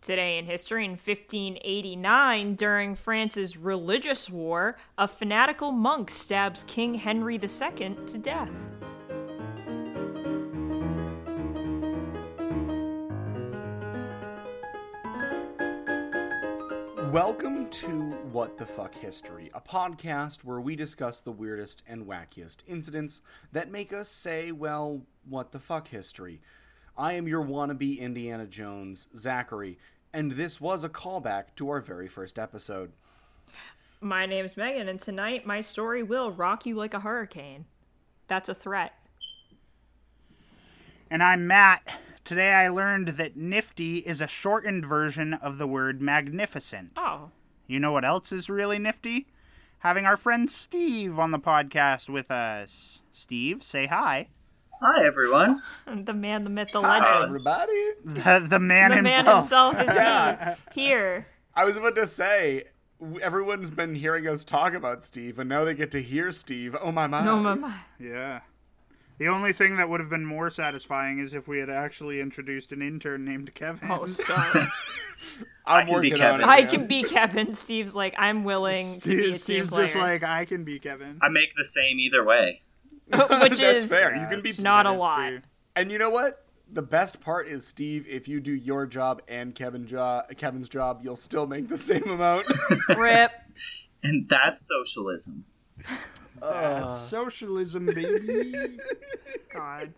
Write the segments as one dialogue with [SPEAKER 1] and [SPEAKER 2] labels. [SPEAKER 1] Today in history, in 1589, during France's religious war, a fanatical monk stabs King Henry II to death.
[SPEAKER 2] Welcome to What the Fuck History, a podcast where we discuss the weirdest and wackiest incidents that make us say, well, what the fuck history. I am your wannabe Indiana Jones, Zachary, and this was a callback to our very first episode.
[SPEAKER 1] My name's Megan, and tonight my story will rock you like a hurricane. That's a threat.
[SPEAKER 3] And I'm Matt. Today I learned that nifty is a shortened version of the word magnificent.
[SPEAKER 1] Oh,
[SPEAKER 3] You know what else is really nifty? Having our friend Steve on the podcast with us. Steve, say hi.
[SPEAKER 4] Hi, everyone.
[SPEAKER 1] the man, the myth, the
[SPEAKER 2] Hi,
[SPEAKER 1] legend.
[SPEAKER 2] everybody.
[SPEAKER 3] The, the man
[SPEAKER 1] the
[SPEAKER 3] himself.
[SPEAKER 1] man himself is
[SPEAKER 2] Yeah.
[SPEAKER 1] he. Here.
[SPEAKER 2] I was about to say, w- everyone's been hearing us talk about Steve, and now they get to hear Steve. Oh, my, my.
[SPEAKER 1] No, my, my.
[SPEAKER 3] Yeah. The only thing that would have been more satisfying is if we had actually introduced an intern named Kevin.
[SPEAKER 1] Oh, sorry.
[SPEAKER 2] I'm
[SPEAKER 4] I can be
[SPEAKER 2] working on it.
[SPEAKER 4] Kevin.
[SPEAKER 1] I
[SPEAKER 2] man.
[SPEAKER 1] can be Kevin. Steve's like, I'm willing to be a
[SPEAKER 3] Steve,
[SPEAKER 1] team
[SPEAKER 3] Steve's
[SPEAKER 1] player.
[SPEAKER 3] just like, I can be Kevin.
[SPEAKER 4] I make the same either way.
[SPEAKER 1] which
[SPEAKER 2] That's
[SPEAKER 1] is
[SPEAKER 2] fair. You can be
[SPEAKER 1] not a
[SPEAKER 3] That's
[SPEAKER 1] lot.
[SPEAKER 3] true.
[SPEAKER 2] And you know what? The best part is, Steve, if you do your job and Kevin jo- Kevin's job, you'll still make the same amount.
[SPEAKER 1] rip.
[SPEAKER 4] And that's socialism.
[SPEAKER 3] Socialism, baby.
[SPEAKER 1] God.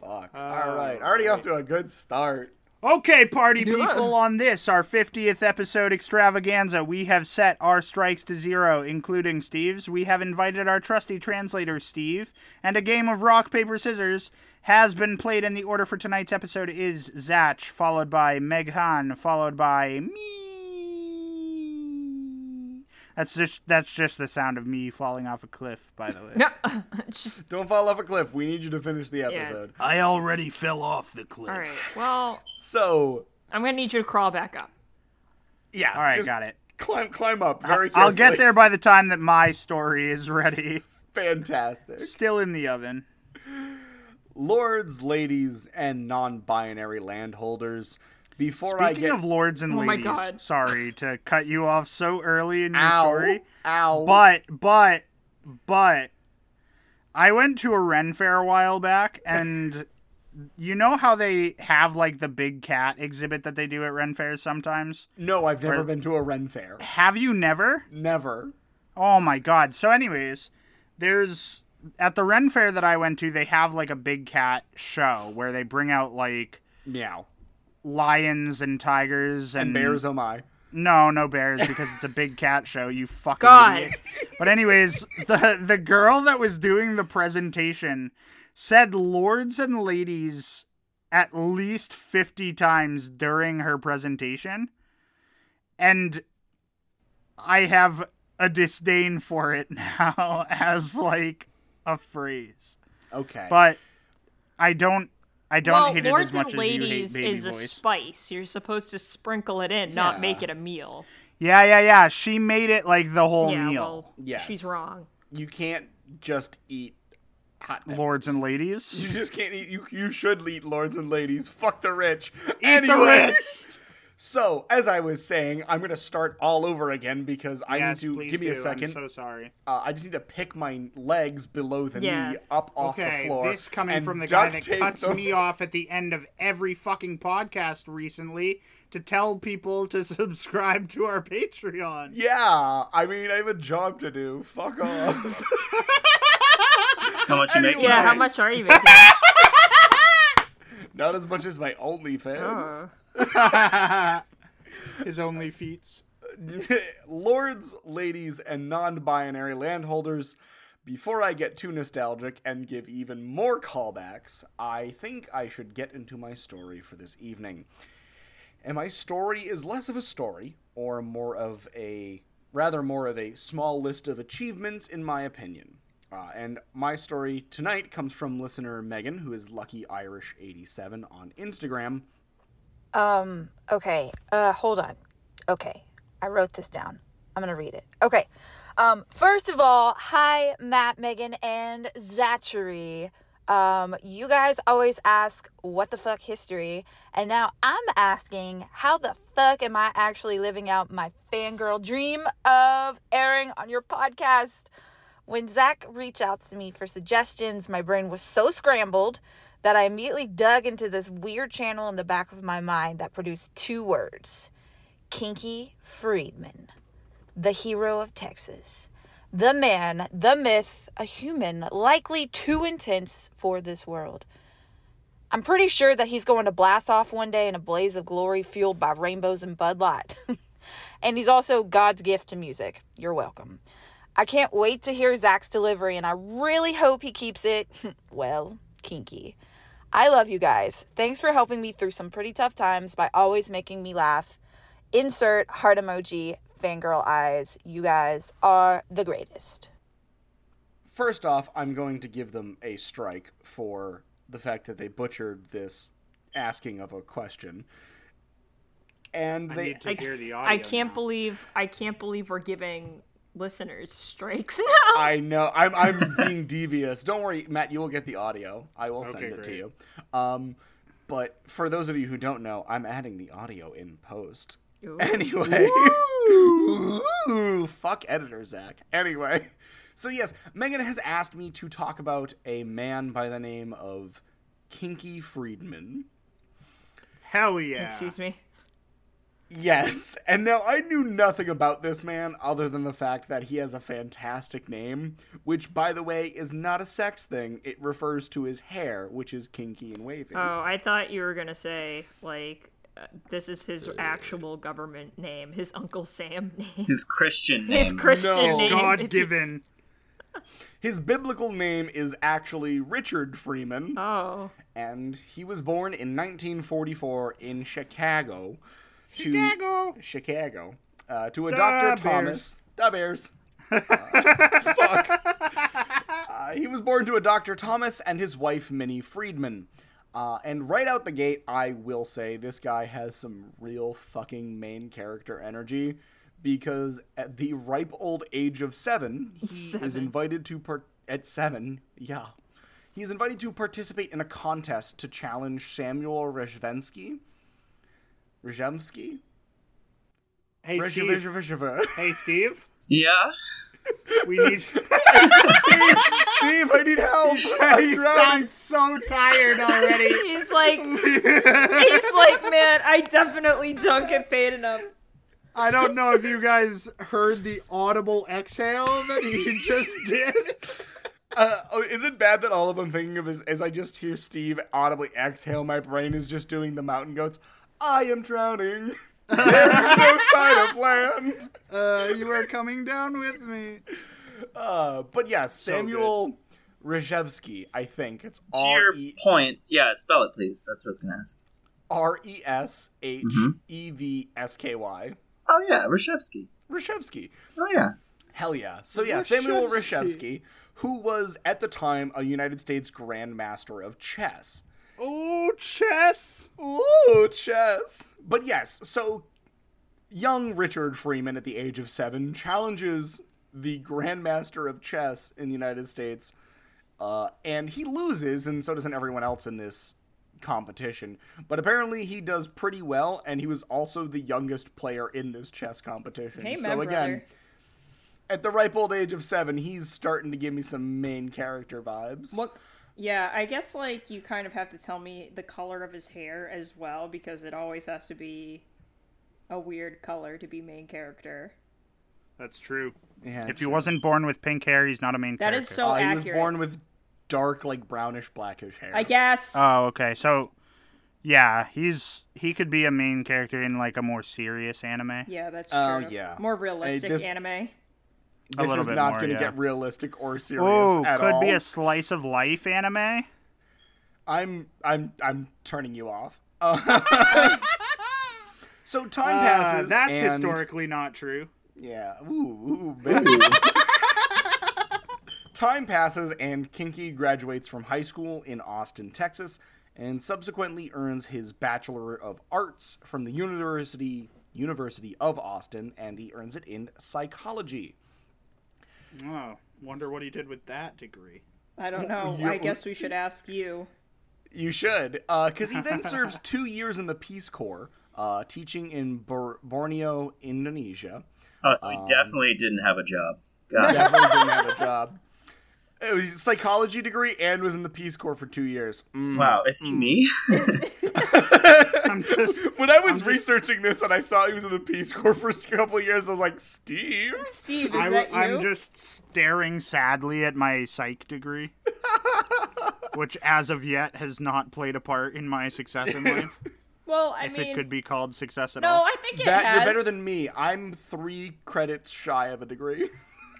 [SPEAKER 2] Fuck.
[SPEAKER 3] Oh,
[SPEAKER 2] All right. Already off to a good start.
[SPEAKER 3] Okay, party
[SPEAKER 1] Good.
[SPEAKER 3] people, on this, our 50th episode extravaganza, we have set our strikes to zero, including Steve's. We have invited our trusty translator, Steve, and a game of rock, paper, scissors has been played, and the order for tonight's episode is Zach, followed by Meghan, followed by me. That's just that's just the sound of me falling off a cliff, by the way.
[SPEAKER 1] Just-
[SPEAKER 2] Don't fall off a cliff. We need you to finish the episode.
[SPEAKER 3] I already fell off the cliff.
[SPEAKER 1] all right. Well,
[SPEAKER 2] So,
[SPEAKER 1] I'm gonna need you to crawl back up.
[SPEAKER 2] yeah.
[SPEAKER 3] All right,
[SPEAKER 2] just
[SPEAKER 3] got it.
[SPEAKER 2] Climb, climb up very carefully.
[SPEAKER 3] I'll get there by the time that my story is ready.
[SPEAKER 2] Fantastic.
[SPEAKER 3] Still in the oven.
[SPEAKER 2] Lords, ladies, and non binary landholders, before I
[SPEAKER 3] Speaking
[SPEAKER 2] get.
[SPEAKER 3] of lords and
[SPEAKER 1] Oh my
[SPEAKER 3] ladies,
[SPEAKER 1] God.
[SPEAKER 3] sorry to cut you off so early in your
[SPEAKER 2] ow.
[SPEAKER 3] story,
[SPEAKER 2] Ow.
[SPEAKER 3] but but but I went to a Ren fair a while back, and you know how they have like the big cat exhibit that they do at Ren fairs sometimes.
[SPEAKER 2] no, I've never been to a Ren fair.
[SPEAKER 3] Have you never?
[SPEAKER 2] Never.
[SPEAKER 3] Oh my god. So anyways, there's at the Ren fair that I went to, they have like a big cat show where they bring out like
[SPEAKER 2] Meow.
[SPEAKER 3] lions and tigers and,
[SPEAKER 2] And bears, oh my.
[SPEAKER 3] No, no bears because it's a big cat show, you fucking
[SPEAKER 1] God.
[SPEAKER 3] idiot. But anyways, the the girl that was doing the presentation said lords and ladies at least 50 times during her presentation. And I have a disdain for it now as like a phrase.
[SPEAKER 2] Okay.
[SPEAKER 3] But I don't I don't
[SPEAKER 1] well,
[SPEAKER 3] hate
[SPEAKER 1] lords
[SPEAKER 3] it as much
[SPEAKER 1] and
[SPEAKER 3] as you hate
[SPEAKER 1] ladies
[SPEAKER 3] baby
[SPEAKER 1] is
[SPEAKER 3] voice.
[SPEAKER 1] a spice. You're supposed to sprinkle it in, not
[SPEAKER 2] Yeah.
[SPEAKER 1] make it a meal.
[SPEAKER 3] Yeah, yeah, yeah. She made it like the whole
[SPEAKER 1] yeah.
[SPEAKER 3] meal.
[SPEAKER 1] Well,
[SPEAKER 2] Yes.
[SPEAKER 1] she's wrong.
[SPEAKER 2] you can't just eat hot peppers.
[SPEAKER 3] Lords and
[SPEAKER 2] You
[SPEAKER 3] ladies.
[SPEAKER 2] just can't eat. You you should eat lords and ladies. Fuck the rich. Eat So as I was saying, I'm gonna start all over again because I need to give me a second.
[SPEAKER 3] I'm so sorry.
[SPEAKER 2] uh, I just need to pick my legs below the
[SPEAKER 1] Yeah.
[SPEAKER 2] knee up off
[SPEAKER 3] okay,
[SPEAKER 2] the floor.
[SPEAKER 3] this coming
[SPEAKER 2] and
[SPEAKER 3] from the guy
[SPEAKER 2] duct
[SPEAKER 3] that
[SPEAKER 2] tape
[SPEAKER 3] cuts
[SPEAKER 2] them-
[SPEAKER 3] me off at the end of every fucking podcast recently to tell people to subscribe to our Patreon.
[SPEAKER 2] Yeah, I mean I have a job to do. Fuck off.
[SPEAKER 4] How much you make?
[SPEAKER 2] Anyway.
[SPEAKER 1] Yeah. How much are you making?
[SPEAKER 2] Not as much as my OnlyFans.
[SPEAKER 1] Uh,
[SPEAKER 3] His only feats.
[SPEAKER 2] Lords, ladies, and non binary landholders, Before I get too nostalgic and give even more callbacks, I think I should get into my story for this evening. And my story is less of a story, or more of a, rather more of a small list of achievements, in my opinion. Uh, and my story tonight comes from listener Megan, who is Lucky Irish 87 on Instagram.
[SPEAKER 5] Um, okay. Uh, hold on. Okay. I wrote this down. I'm going to read it. Okay. Um, first of all, hi, Matt, Megan, and Zachary. Um, you guys always ask, what the fuck history? And now I'm asking, how the fuck am I actually living out my fangirl dream of airing on your podcast? When Zach reached out to me for suggestions, my brain was so scrambled that I immediately dug into this weird channel in the back of my mind that produced two words Kinky Friedman, the hero of Texas, the man, the myth, a human likely too intense for this world. I'm pretty sure that he's going to blast off one day in a blaze of glory fueled by rainbows and Bud Light. and he's also God's gift to music. You're welcome. I can't wait to hear Zach's delivery, and I really hope he keeps it, well, kinky. I love you guys. Thanks for helping me through some pretty tough times by always making me laugh. Insert heart emoji, fangirl eyes. You guys are the greatest.
[SPEAKER 2] First off, I'm going to give them a strike for the fact that they butchered this asking of a question. And
[SPEAKER 3] I
[SPEAKER 2] they
[SPEAKER 3] need to hear the audio.
[SPEAKER 1] I can't
[SPEAKER 3] now.
[SPEAKER 1] believe I can't believe we're giving listeners strikes now.
[SPEAKER 2] I know. I'm I'm being devious. Don't worry, Matt. You will get the audio. I will send
[SPEAKER 3] Okay,
[SPEAKER 2] it to
[SPEAKER 3] great.
[SPEAKER 2] you. Um, but for those of you who don't know, I'm adding the audio in post.
[SPEAKER 1] Ooh.
[SPEAKER 2] Anyway, Ooh, fuck editor Zach. Anyway, so yes, Megan has asked me to talk about a man by the name of Kinky Friedman.
[SPEAKER 3] Hell yeah.
[SPEAKER 1] Excuse me.
[SPEAKER 2] Yes, and now I knew nothing about this man other than the fact that he has a fantastic name, which, by the way, is not a sex thing. It refers to his hair, which is kinky and wavy.
[SPEAKER 1] Oh, I thought you were gonna say like uh, this is his actual government name, his Uncle Sam name,
[SPEAKER 4] His Christian name.
[SPEAKER 1] his Christian
[SPEAKER 2] No.
[SPEAKER 1] name.
[SPEAKER 3] God given.
[SPEAKER 2] His biblical name is actually Richard Freeman,
[SPEAKER 1] Oh,
[SPEAKER 2] and he was born in 1944 in Chicago. to-
[SPEAKER 3] Chicago.
[SPEAKER 2] Chicago. Uh, to a
[SPEAKER 3] Da
[SPEAKER 2] Dr.
[SPEAKER 3] Bears.
[SPEAKER 2] Thomas. Da Bears. Uh, fuck. Uh, he was born to a Dr. Thomas and his wife, Minnie Friedman. Uh, and right out the gate, I will say this guy has some real fucking main character energy because at the ripe old age of seven, he is invited to part at seven. Yeah. He is invited to participate in a contest to challenge Samuel Rezhevsky. Rezhevsky?
[SPEAKER 3] Hey
[SPEAKER 2] Reservoir,
[SPEAKER 3] Steve.
[SPEAKER 2] reservoir, reservoir.
[SPEAKER 3] Hey Steve.
[SPEAKER 4] Yeah.
[SPEAKER 3] We need.
[SPEAKER 2] Steve, I need help. I'm
[SPEAKER 3] you
[SPEAKER 2] drowning.
[SPEAKER 3] sound so tired already.
[SPEAKER 1] he's like he's like man. I definitely don't get paid enough.
[SPEAKER 3] I don't know if you guys heard the audible exhale that he just did.
[SPEAKER 2] Uh, oh, is it bad that all of I'm thinking of is as I just hear Steve audibly exhale, my brain is just doing the mountain goats. I am drowning. There is no sign of land.
[SPEAKER 3] Uh, you are coming down with me.
[SPEAKER 2] Uh, but yeah, Samuel Rezhevsky, I think it's
[SPEAKER 4] To your
[SPEAKER 2] R E
[SPEAKER 4] point, yeah, spell it, please. That's what I was going to ask.
[SPEAKER 2] R E S H E V S K Y.
[SPEAKER 4] Oh, yeah, Reshevsky.
[SPEAKER 2] Rezhevsky.
[SPEAKER 4] Oh, yeah.
[SPEAKER 2] Hell yeah. So yeah, Samuel
[SPEAKER 3] Reshevsky.
[SPEAKER 2] Reshevsky, who was at the time a United States Grand Master of chess.
[SPEAKER 3] Oh, chess.
[SPEAKER 2] Ooh, chess. But yes, so young Richard Freeman at the age of seven challenges the Grandmaster of chess in the United States, uh, and he loses, and so doesn't everyone else in this competition. But apparently, he does pretty well, and he was also the youngest player in this chess competition.
[SPEAKER 1] Hey,
[SPEAKER 2] so
[SPEAKER 1] man,
[SPEAKER 2] again.
[SPEAKER 1] brother.
[SPEAKER 2] At the ripe old age of seven, he's starting to give me some main character vibes.
[SPEAKER 1] What? Yeah, I guess like you kind of have to tell me the color of his hair as well because it always has to be a weird color to be main character.
[SPEAKER 3] That's true.
[SPEAKER 2] Yeah,
[SPEAKER 3] If he wasn't born with pink hair, he's not a main
[SPEAKER 1] That
[SPEAKER 3] character.
[SPEAKER 1] is so
[SPEAKER 2] Uh, he was
[SPEAKER 1] accurate.
[SPEAKER 2] born with dark, like brownish, blackish hair.
[SPEAKER 1] I guess.
[SPEAKER 3] Oh, okay. So, yeah, he's he could be a main character in like a more serious anime.
[SPEAKER 1] Yeah, that's true.
[SPEAKER 2] Oh, yeah.
[SPEAKER 1] More
[SPEAKER 2] Hey,
[SPEAKER 1] realistic
[SPEAKER 2] this-
[SPEAKER 1] anime.
[SPEAKER 3] A
[SPEAKER 2] This
[SPEAKER 3] little
[SPEAKER 2] is
[SPEAKER 3] bit
[SPEAKER 2] not
[SPEAKER 3] more,
[SPEAKER 2] going to
[SPEAKER 3] yeah.
[SPEAKER 2] get realistic or serious
[SPEAKER 3] Oh,
[SPEAKER 2] at
[SPEAKER 3] could
[SPEAKER 2] all.
[SPEAKER 3] be a slice of life anime.
[SPEAKER 2] I'm I'm I'm turning you off. Uh, so time passes.
[SPEAKER 3] Uh, that's
[SPEAKER 2] and-
[SPEAKER 3] historically not true.
[SPEAKER 2] Yeah. Ooh, ooh baby. Time passes, and Kinky graduates from high school in Austin, Texas, and subsequently earns his Bachelor of Arts from the University University of Austin, and he earns it in psychology.
[SPEAKER 3] Oh, wonder what he did with that degree.
[SPEAKER 1] I don't know.
[SPEAKER 2] You-
[SPEAKER 1] I guess we should ask you.
[SPEAKER 2] You should, because he then serves two years in the Peace Corps, uh, teaching in Bor- Borneo, Indonesia.
[SPEAKER 4] Oh, so he definitely didn't have a job. God.
[SPEAKER 2] Definitely didn't have a job. It was a psychology degree and was in the Peace Corps for two years. Mm.
[SPEAKER 4] Wow, is he me?
[SPEAKER 3] I'm just
[SPEAKER 2] When I was researching this and I saw he was in the Peace Corps for a couple of years, I was like, Steve?
[SPEAKER 1] Steve, is
[SPEAKER 3] I,
[SPEAKER 1] that you?
[SPEAKER 3] am just staring sadly at my psych degree, which as of yet has not played a part in my success in life,
[SPEAKER 1] well, I
[SPEAKER 3] if
[SPEAKER 1] mean,
[SPEAKER 3] it could be called success at
[SPEAKER 1] no,
[SPEAKER 3] all.
[SPEAKER 1] I think it
[SPEAKER 2] Matt,
[SPEAKER 1] has.
[SPEAKER 2] you're better than me. I'm three credits shy of a degree.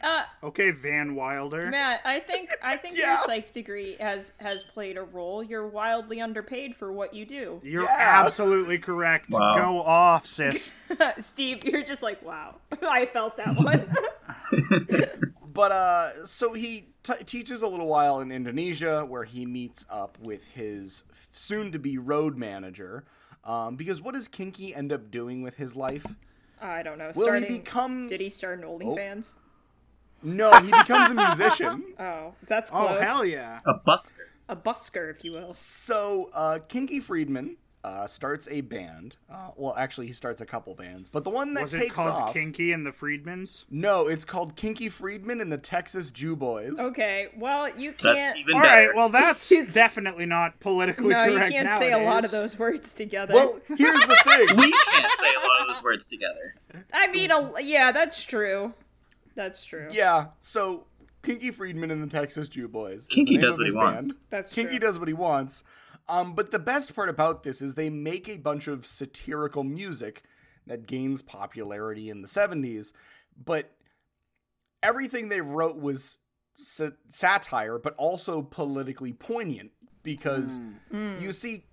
[SPEAKER 1] uh,
[SPEAKER 3] Okay, Van Wilder.
[SPEAKER 1] Matt. I think I think
[SPEAKER 2] Yeah.
[SPEAKER 1] your psych degree has has played a role. You're wildly underpaid for what you do.
[SPEAKER 3] You're
[SPEAKER 2] Yeah.
[SPEAKER 3] absolutely correct.
[SPEAKER 4] Wow.
[SPEAKER 3] Go off, sis.
[SPEAKER 1] Steve, you're just like, wow. I felt that one.
[SPEAKER 2] But uh, so he t- teaches a little while in Indonesia, where he meets up with his soon-to-be road manager. Um, because what does Kinky end up doing with his life?
[SPEAKER 1] I don't know.
[SPEAKER 2] Will he
[SPEAKER 1] starting,
[SPEAKER 2] become-
[SPEAKER 1] Did he start an OnlyFans?
[SPEAKER 2] No, he becomes a musician.
[SPEAKER 1] Oh, that's close.
[SPEAKER 3] Oh hell yeah!
[SPEAKER 4] A busker.
[SPEAKER 1] A busker, if you will.
[SPEAKER 2] So, uh, Kinky Friedman uh, starts a band. Uh, well, actually, he starts a couple bands, but the one that
[SPEAKER 3] Was
[SPEAKER 2] takes
[SPEAKER 3] it called
[SPEAKER 2] off.
[SPEAKER 3] Kinky and the Freedmans?
[SPEAKER 2] no, it's called Kinky Friedman and the Texas Jew Boys.
[SPEAKER 1] Okay. Well, you
[SPEAKER 4] That's
[SPEAKER 1] can't.
[SPEAKER 4] even
[SPEAKER 3] All
[SPEAKER 4] better.
[SPEAKER 3] right, well that's definitely not politically
[SPEAKER 1] no, you
[SPEAKER 3] correct.
[SPEAKER 1] can't say a lot
[SPEAKER 3] nowadays.
[SPEAKER 1] of those words together.
[SPEAKER 2] Well, here's the thing.
[SPEAKER 4] we can't say a lot of those words together.
[SPEAKER 1] I mean, a, yeah, that's true. That's true.
[SPEAKER 2] yeah, so Kinky Friedman and the Texas Jew Boys. is the
[SPEAKER 4] Kinky
[SPEAKER 2] name
[SPEAKER 4] does
[SPEAKER 2] of
[SPEAKER 4] what he
[SPEAKER 2] his
[SPEAKER 4] wants.
[SPEAKER 2] band.
[SPEAKER 1] That's
[SPEAKER 2] Kinky
[SPEAKER 1] true.
[SPEAKER 2] does what he wants. Um, but the best part about this is they make a bunch of satirical music that gains popularity in the 70s, but everything they wrote was sa- satire, but also politically poignant because
[SPEAKER 1] Hmm.
[SPEAKER 2] you see,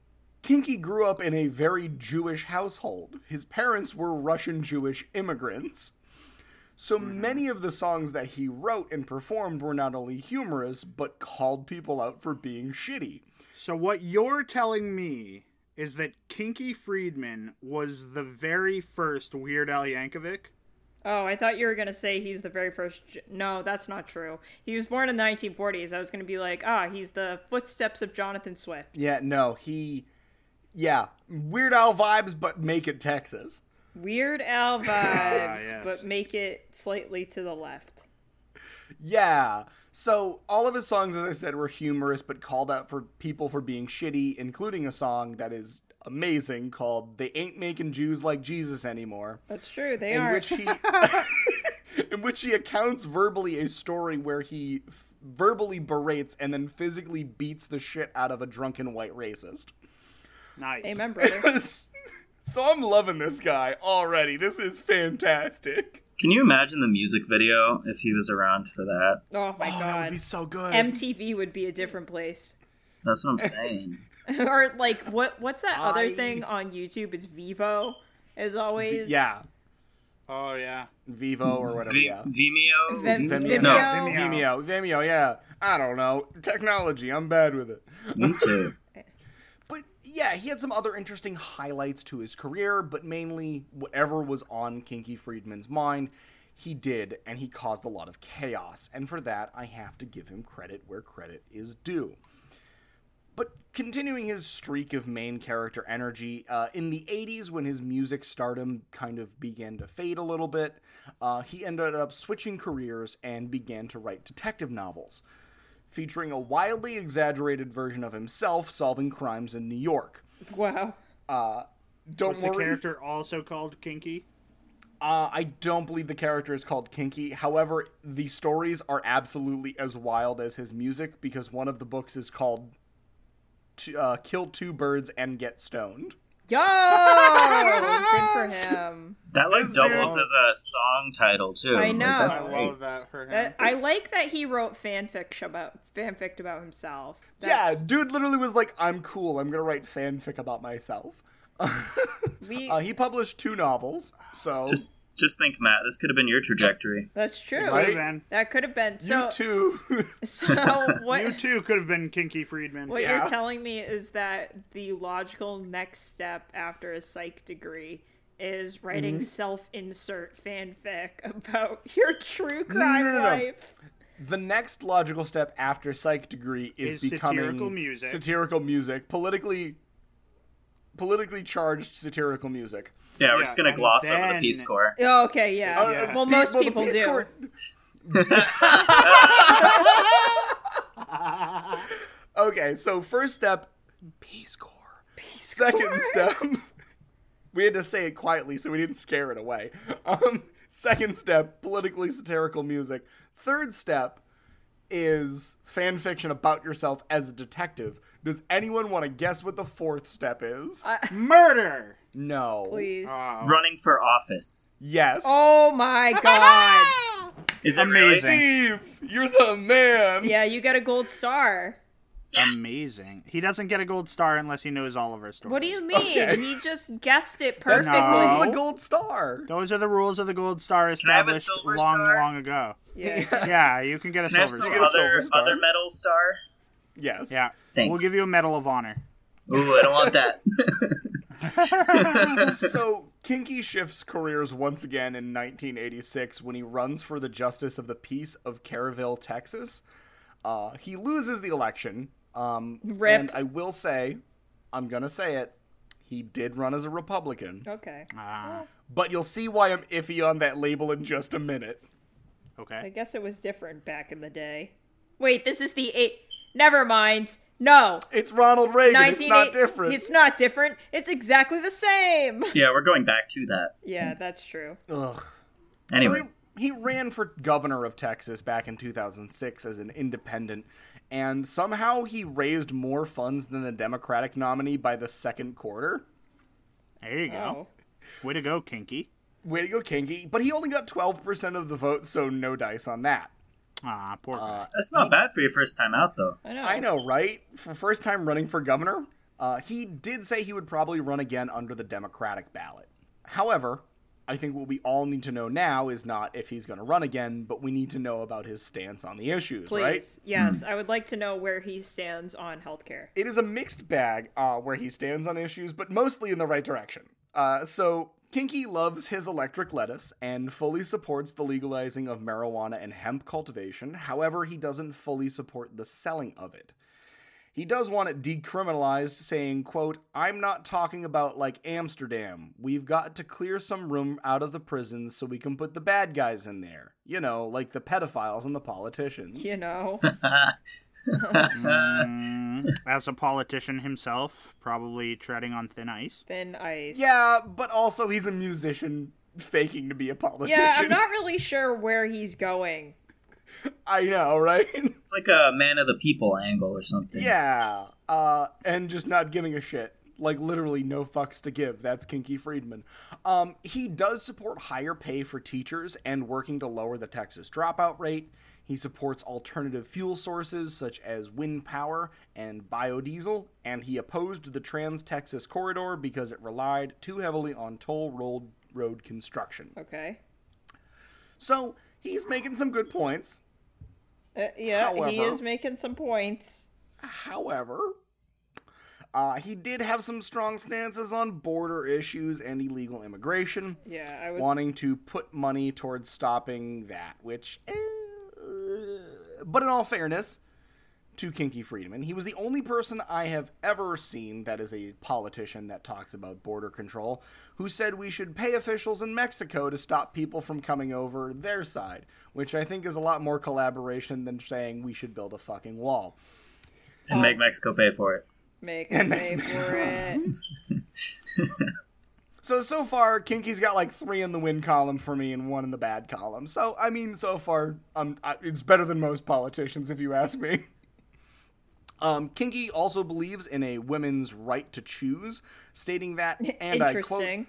[SPEAKER 2] Kinky grew up in a very Jewish household. His parents were Russian Jewish immigrants. So many of the songs that he wrote and performed were not only humorous, but called people out for being shitty.
[SPEAKER 3] So what you're telling me is that Kinky Friedman was the very first Weird Al Yankovic?
[SPEAKER 1] Oh, I thought you were gonna say he's the very first. J- No, that's not true. He was born in the 1940s. I was gonna be like, ah, he's the footsteps of Jonathan Swift.
[SPEAKER 2] Yeah, no, he. Yeah, Weird Al vibes, but make it Texas.
[SPEAKER 1] Weird Al
[SPEAKER 2] Ah,
[SPEAKER 1] vibes,
[SPEAKER 3] yes.
[SPEAKER 1] but make it slightly to the left.
[SPEAKER 2] Yeah. So all of his songs, as I said, were humorous, but called out for people for being shitty, including a song that is amazing called "They Ain't Making Jews Like Jesus Anymore."
[SPEAKER 1] That's true. They
[SPEAKER 2] in
[SPEAKER 1] are.
[SPEAKER 2] which he in which he accounts verbally a story where he f- verbally berates and then physically beats the shit out of a drunken white racist.
[SPEAKER 3] Nice.
[SPEAKER 1] Amen, brother.
[SPEAKER 2] Oh, so I'm loving this guy already. This is fantastic.
[SPEAKER 4] Can you imagine the music video if he was around for that?
[SPEAKER 1] Oh my
[SPEAKER 2] Oh, that would
[SPEAKER 1] god.
[SPEAKER 2] be so good.
[SPEAKER 1] MTV would be a different place.
[SPEAKER 4] That's what I'm saying.
[SPEAKER 1] or like what what's that other
[SPEAKER 2] I-
[SPEAKER 1] thing on YouTube? It's Vivo as always.
[SPEAKER 2] yeah,
[SPEAKER 3] Oh yeah.
[SPEAKER 2] Vivo or whatever.
[SPEAKER 4] V-
[SPEAKER 2] yeah.
[SPEAKER 4] Vimeo?
[SPEAKER 1] Vim-
[SPEAKER 2] Vimeo.
[SPEAKER 1] Vimeo.
[SPEAKER 4] No.
[SPEAKER 2] Vimeo, Vimeo, yeah. I don't know. Technology, I'm bad with it.
[SPEAKER 4] Me too.
[SPEAKER 2] But yeah, he had some other interesting highlights to his career, but mainly whatever was on Kinky Friedman's mind, he did, and he caused a lot of chaos. And for that, I have to give him credit where credit is due. But continuing his streak of main character energy, uh, in the 80s, when his music stardom kind of began to fade a little bit, uh, he ended up switching careers and began to write detective novels featuring a wildly exaggerated version of himself solving crimes in New York.
[SPEAKER 1] Wow.
[SPEAKER 2] Don't
[SPEAKER 3] Was the
[SPEAKER 2] worry.
[SPEAKER 3] character also called Kinky?
[SPEAKER 2] Uh, I don't believe the character is called Kinky. However, the stories are absolutely as wild as his music because one of the books is called T- uh, Kill Two Birds and Get Stoned.
[SPEAKER 1] Yo! Good for him.
[SPEAKER 4] That like
[SPEAKER 3] This
[SPEAKER 4] doubles
[SPEAKER 3] dude-
[SPEAKER 4] as a song title too.
[SPEAKER 1] I
[SPEAKER 4] Like,
[SPEAKER 1] know.
[SPEAKER 4] that's
[SPEAKER 3] I
[SPEAKER 4] great.
[SPEAKER 3] love that for him.
[SPEAKER 1] That, Uh, I like that he wrote fanfic about fanfic about himself.
[SPEAKER 2] Yeah,
[SPEAKER 1] That's,
[SPEAKER 2] dude literally was like, I'm cool. I'm going to write fanfic about myself.
[SPEAKER 1] we,
[SPEAKER 2] Uh, he published two novels, so
[SPEAKER 4] Just just think, Matt, this could have been your trajectory.
[SPEAKER 1] that's true.
[SPEAKER 3] Could have
[SPEAKER 2] Right?
[SPEAKER 3] been.
[SPEAKER 1] That could have been so.
[SPEAKER 2] you two.
[SPEAKER 1] So what?
[SPEAKER 3] You too could have been Kinky Friedman.
[SPEAKER 1] What
[SPEAKER 2] Yeah.
[SPEAKER 1] you're telling me is that the logical next step after a psych degree is writing
[SPEAKER 2] Mm-hmm.
[SPEAKER 1] self-insert fanfic about your true crime
[SPEAKER 2] no, no.
[SPEAKER 1] life.
[SPEAKER 2] the next logical step after psych degree is,
[SPEAKER 3] Is
[SPEAKER 2] becoming
[SPEAKER 3] satirical music.
[SPEAKER 2] satirical music, politically politically charged satirical music.
[SPEAKER 4] Yeah, we're just gonna
[SPEAKER 3] and
[SPEAKER 4] gloss over the
[SPEAKER 3] then-
[SPEAKER 4] Peace Corps.
[SPEAKER 1] Oh, okay, yeah.
[SPEAKER 2] Uh,
[SPEAKER 1] Well,
[SPEAKER 2] the-
[SPEAKER 1] most
[SPEAKER 2] the
[SPEAKER 1] people
[SPEAKER 2] Peace
[SPEAKER 1] do.
[SPEAKER 2] Corps- okay, so first step, Peace Corps. Second step, we had to say it quietly so we didn't scare it away. Um, second step, politically satirical music. Third step is fan fiction about yourself as a detective. Does anyone want to guess what the fourth step is?
[SPEAKER 3] Murder.
[SPEAKER 2] no.
[SPEAKER 1] Please.
[SPEAKER 2] Ah.
[SPEAKER 3] Oh.
[SPEAKER 4] Running for office.
[SPEAKER 2] Yes.
[SPEAKER 1] oh my god.
[SPEAKER 4] Is it
[SPEAKER 3] Amazing.
[SPEAKER 4] really?
[SPEAKER 2] Steve, you're the man.
[SPEAKER 1] yeah, you got a gold star.
[SPEAKER 3] Amazing. He doesn't get a gold star unless he knows all of our stories.
[SPEAKER 1] What do you mean? He just guessed it
[SPEAKER 2] That's the
[SPEAKER 1] perfectly.
[SPEAKER 2] rules of
[SPEAKER 3] No.
[SPEAKER 2] the gold star.
[SPEAKER 3] Those are the rules of the gold star
[SPEAKER 4] I have a
[SPEAKER 3] established
[SPEAKER 4] silver
[SPEAKER 3] long,
[SPEAKER 4] star?
[SPEAKER 3] long ago.
[SPEAKER 1] Yeah.
[SPEAKER 3] Yeah, you can get a
[SPEAKER 4] Can I have
[SPEAKER 3] silver
[SPEAKER 4] some
[SPEAKER 3] star.
[SPEAKER 2] get a silver
[SPEAKER 4] other
[SPEAKER 2] star.
[SPEAKER 4] other medal star?
[SPEAKER 2] Yes.
[SPEAKER 3] Yeah.
[SPEAKER 4] Thanks.
[SPEAKER 3] We'll give you a medal of honor.
[SPEAKER 4] Ooh, I don't want that.
[SPEAKER 2] so Kinky shifts careers once again in 1986 when he runs for the justice of the peace of Caraville, Texas. Uh, he loses the election. Um,
[SPEAKER 1] Rip.
[SPEAKER 2] And I will say, I'm gonna say it. He did run as a Republican,
[SPEAKER 1] Okay.
[SPEAKER 3] Ah,
[SPEAKER 2] but you'll see why I'm iffy on that label in just a minute.
[SPEAKER 1] I
[SPEAKER 3] okay.
[SPEAKER 1] guess it was different back in the day. Wait, this is the eight. Never mind. No.
[SPEAKER 2] It's Ronald Reagan. It's
[SPEAKER 1] 1980
[SPEAKER 2] not different.
[SPEAKER 1] It's not different. It's exactly the same.
[SPEAKER 4] yeah, we're going back to that.
[SPEAKER 1] Yeah, that's true.
[SPEAKER 2] Ugg.
[SPEAKER 4] Anyway,
[SPEAKER 2] So he, he ran for governor of Texas back in 2006 as an independent, and somehow he raised more funds than the Democratic nominee by the second quarter.
[SPEAKER 3] There you
[SPEAKER 1] Oh.
[SPEAKER 3] go. Way to go, Kinky.
[SPEAKER 2] Way to go, Kingy. But he only got 12% of the vote, so no dice on that.
[SPEAKER 3] Ah, poor guy.
[SPEAKER 4] that's not bad for your first time out, though.
[SPEAKER 1] Oh, I know.
[SPEAKER 2] I know, right? For first time running for governor, uh, he did say he would probably run again under the Democratic ballot. However, I think what we all need to know now is not if he's going to run again, but we need to know about his stance on the issues,
[SPEAKER 1] Please.
[SPEAKER 2] right? Hmm.
[SPEAKER 1] Yes, I would like to know where he stands on healthcare.
[SPEAKER 2] it is a mixed bag uh, where he stands on issues, but mostly in the right direction. Uh, so, Kinky loves his electric lettuce and fully supports the legalizing of marijuana and hemp cultivation. However, he doesn't fully support the selling of it. He does want it decriminalized, saying, quote, I'm not talking about like Amsterdam. We've got to clear some room out of the prisons so we can put the bad guys in there. You know, like the pedophiles and the politicians.
[SPEAKER 1] You know.
[SPEAKER 4] Uh,
[SPEAKER 3] Mm, As a politician himself, probably treading on thin ice.
[SPEAKER 1] then I.
[SPEAKER 2] Yeah, but also he's a musician faking to be a politician.
[SPEAKER 1] Yeah, I'm not really sure where he's going.
[SPEAKER 2] I know, right?
[SPEAKER 4] It's like a man of the people angle or something.
[SPEAKER 2] yeah. Uh, and just not giving a shit. Like literally no fucks to give. That's Kinky Friedman. Um, he does support higher pay for teachers and working to lower the Texas dropout rate. He supports alternative fuel sources such as wind power and biodiesel, and he opposed the Trans Texas Corridor because it relied too heavily on toll road road construction.
[SPEAKER 1] Okay.
[SPEAKER 2] So he's making some good points.
[SPEAKER 1] Uh, yeah, he
[SPEAKER 2] However-
[SPEAKER 1] is making some points.
[SPEAKER 2] However, uh, he did have some strong stances on border issues and illegal immigration,
[SPEAKER 1] Yeah, I was.
[SPEAKER 2] wanting to put money towards stopping that, which. eh, but in all fairness to Kinky Friedman, he was the only person I have ever seen that is a politician that talks about border control who said we should pay officials in Mexico to stop people from coming over their side, which I think is a lot more collaboration than saying we should build a fucking wall.
[SPEAKER 4] And make Mexico pay for it.
[SPEAKER 1] Make
[SPEAKER 2] And
[SPEAKER 1] him
[SPEAKER 2] makes
[SPEAKER 1] pay
[SPEAKER 2] me-
[SPEAKER 1] for it.
[SPEAKER 2] So so far, Kinky's got like three in the win column for me and one in the bad column. So I mean, so far, um, I, it's better than most politicians, if you ask me. Um, Kinky also believes in a women's right to choose, stating that, and I quote,
[SPEAKER 1] Interesting.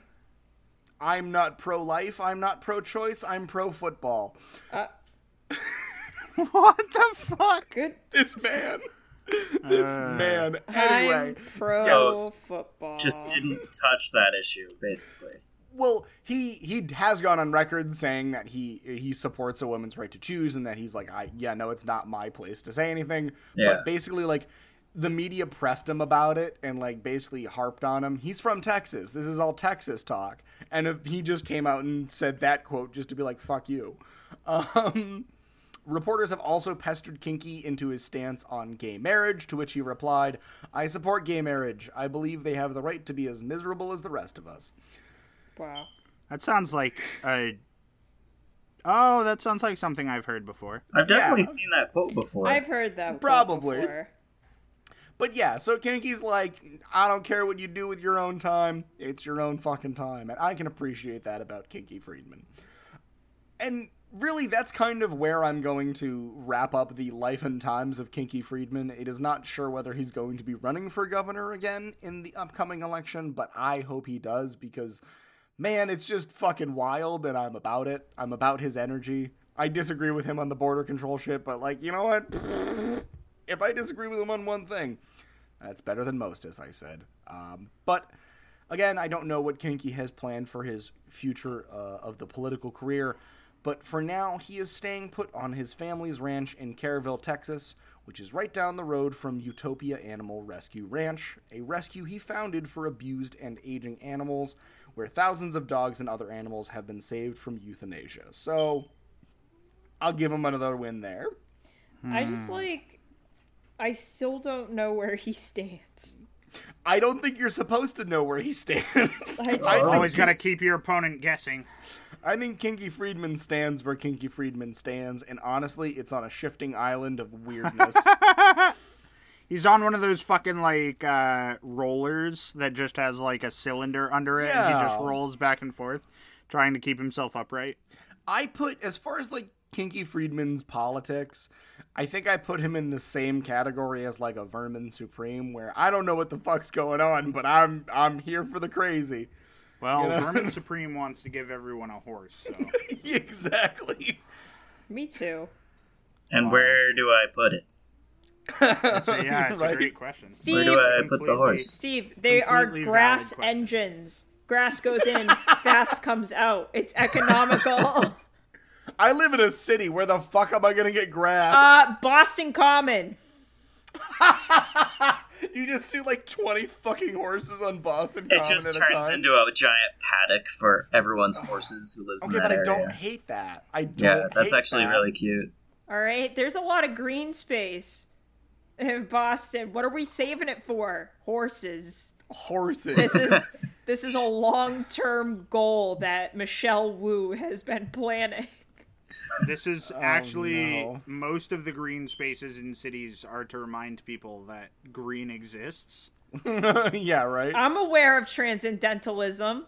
[SPEAKER 2] I'm not pro life, I'm not pro choice, I'm pro football.
[SPEAKER 1] Uh,
[SPEAKER 3] What the fuck? Uh.
[SPEAKER 1] Good.
[SPEAKER 2] This man. This man.
[SPEAKER 1] I'm
[SPEAKER 2] Anyway.
[SPEAKER 1] pro
[SPEAKER 4] so-
[SPEAKER 1] football.
[SPEAKER 4] Just didn't touch that issue, basically.
[SPEAKER 2] Well, he he has gone on record saying that he he supports a woman's right to choose and that he's like, I yeah, no, it's not my place to say anything.
[SPEAKER 4] Yeah.
[SPEAKER 2] But basically, like the media pressed him about it and like basically harped on him. He's from Texas. This is all Texas talk. And if he just came out and said that quote just to be like, fuck you. Um, Reporters have also pestered Kinky into his stance on gay marriage, to which he replied, I support gay marriage. I believe they have the right to be as miserable as the rest of us.
[SPEAKER 1] wow.
[SPEAKER 3] That sounds like a. Oh, that sounds like something I've heard before.
[SPEAKER 4] I've definitely seen that quote before.
[SPEAKER 1] I've heard that quote
[SPEAKER 2] Probably.
[SPEAKER 1] before.
[SPEAKER 2] But yeah, so Kinky's like, I don't care what you do with your own time. It's your own fucking time. And I can appreciate that about Kinky Friedman. And really, that's kind of where I'm going to wrap up the life and times of Kinky Friedman. It is not sure whether he's going to be running for governor again in the upcoming election, but I hope he does because, man, it's just fucking wild and I'm about it. I'm about his energy. I disagree with him on the border control shit, but like, you know what? if I disagree with him on one thing, that's better than most, as I said. Um, but again, I don't know what Kinky has planned for his future uh, of the political career. But for now, he is staying put on his family's ranch in Caraville, Texas, which is right down the road from Utopia Animal Rescue Ranch, a rescue he founded for abused and aging animals, where thousands of dogs and other animals have been saved from euthanasia. So I'll give him another win there.
[SPEAKER 1] I just
[SPEAKER 3] Hmm.
[SPEAKER 1] like. I still don't know where he stands.
[SPEAKER 2] I don't think you're supposed to know where he stands.
[SPEAKER 1] I just-
[SPEAKER 2] I
[SPEAKER 4] Oh,
[SPEAKER 2] think
[SPEAKER 3] Always gotta keep your opponent guessing.
[SPEAKER 2] I think Kinky Friedman stands where Kinky Friedman stands, and honestly, it's on a shifting island of weirdness.
[SPEAKER 3] He's on one of those fucking like uh, rollers that just has like a cylinder under it, and he just
[SPEAKER 2] Yeah.
[SPEAKER 3] rolls back and forth, trying to keep himself upright.
[SPEAKER 2] I put, as far as like Kinky Friedman's politics, I think I put him in the same category as like a Vermin Supreme, where I don't know what the fuck's going on, but I'm I'm here for the crazy.
[SPEAKER 3] Well, Vermin Supreme wants to give everyone a horse, so
[SPEAKER 2] exactly.
[SPEAKER 1] Me too.
[SPEAKER 4] and where do I put it?
[SPEAKER 3] So, yeah, it's a
[SPEAKER 2] Right.
[SPEAKER 3] great question.
[SPEAKER 4] Where
[SPEAKER 1] Steve,
[SPEAKER 4] do I put the
[SPEAKER 3] Completely.
[SPEAKER 4] horse?
[SPEAKER 1] Steve, they are
[SPEAKER 3] Completely valid
[SPEAKER 1] grass
[SPEAKER 3] question.
[SPEAKER 1] engines. Grass goes in, fast comes out. It's economical.
[SPEAKER 2] I live in a city. Where the fuck am I gonna get grass?
[SPEAKER 1] Uh, Boston Common.
[SPEAKER 2] you just see like twenty fucking horses on Boston
[SPEAKER 4] It
[SPEAKER 2] Common
[SPEAKER 4] just
[SPEAKER 2] at um, a
[SPEAKER 4] turns
[SPEAKER 2] time.
[SPEAKER 4] into a giant paddock for everyone's horses who lives
[SPEAKER 2] okay,
[SPEAKER 4] in that
[SPEAKER 2] but I
[SPEAKER 4] area.
[SPEAKER 2] don't hate that. I don't.
[SPEAKER 4] yeah, that's
[SPEAKER 2] hate
[SPEAKER 4] actually
[SPEAKER 2] that.
[SPEAKER 4] really cute.
[SPEAKER 1] All right, there's a lot of green space in Boston. What are we saving it for? Horses.
[SPEAKER 2] horses.
[SPEAKER 1] This is this is a long-term goal that Michelle Wu has been planning.
[SPEAKER 3] This is actually
[SPEAKER 2] Oh, no.
[SPEAKER 3] most of the green spaces in cities are to remind people that green exists.
[SPEAKER 2] yeah, right.
[SPEAKER 1] I'm aware of transcendentalism.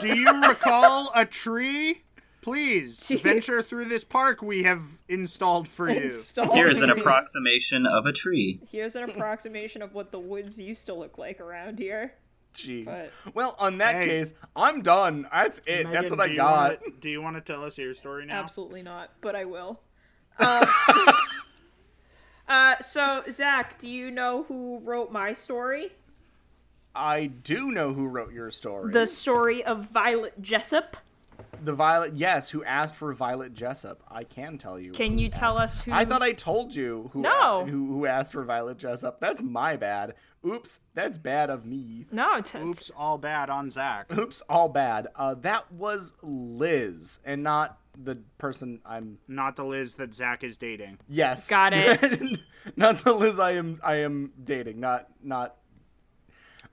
[SPEAKER 3] Do you recall a tree? Please
[SPEAKER 1] Do you-
[SPEAKER 3] venture through this park we have installed for you.
[SPEAKER 1] Install-
[SPEAKER 4] Here is an approximation of a tree.
[SPEAKER 1] Here's an approximation of what the woods used to look like around here.
[SPEAKER 2] Jeez.
[SPEAKER 1] but-
[SPEAKER 2] Well, on that
[SPEAKER 3] Hey.
[SPEAKER 2] case, I'm done. That's it. That's
[SPEAKER 3] Megan,
[SPEAKER 2] what I
[SPEAKER 3] do you
[SPEAKER 2] got.
[SPEAKER 3] wanna- do you want to tell us your story now?
[SPEAKER 1] Absolutely not, but I will. Uh, uh, so, Zach, do you know who wrote my story?
[SPEAKER 2] I do know who wrote your story.
[SPEAKER 1] The story of Violet Jessup.
[SPEAKER 2] the Violet, yes, who asked for Violet Jessup. I can tell you.
[SPEAKER 1] Can you tell us who?
[SPEAKER 2] I thought I told you who,
[SPEAKER 1] No.
[SPEAKER 2] who who asked for Violet Jessup. That's my bad. Oops, that's bad of me.
[SPEAKER 1] no, it's,
[SPEAKER 3] Oops, all bad on Zach.
[SPEAKER 2] Oops, all bad. Uh, that was Liz, and not the person I'm
[SPEAKER 3] Not the Liz that Zach is dating.
[SPEAKER 2] Yes.
[SPEAKER 1] Got
[SPEAKER 2] it. not the Liz I am I am dating. Not not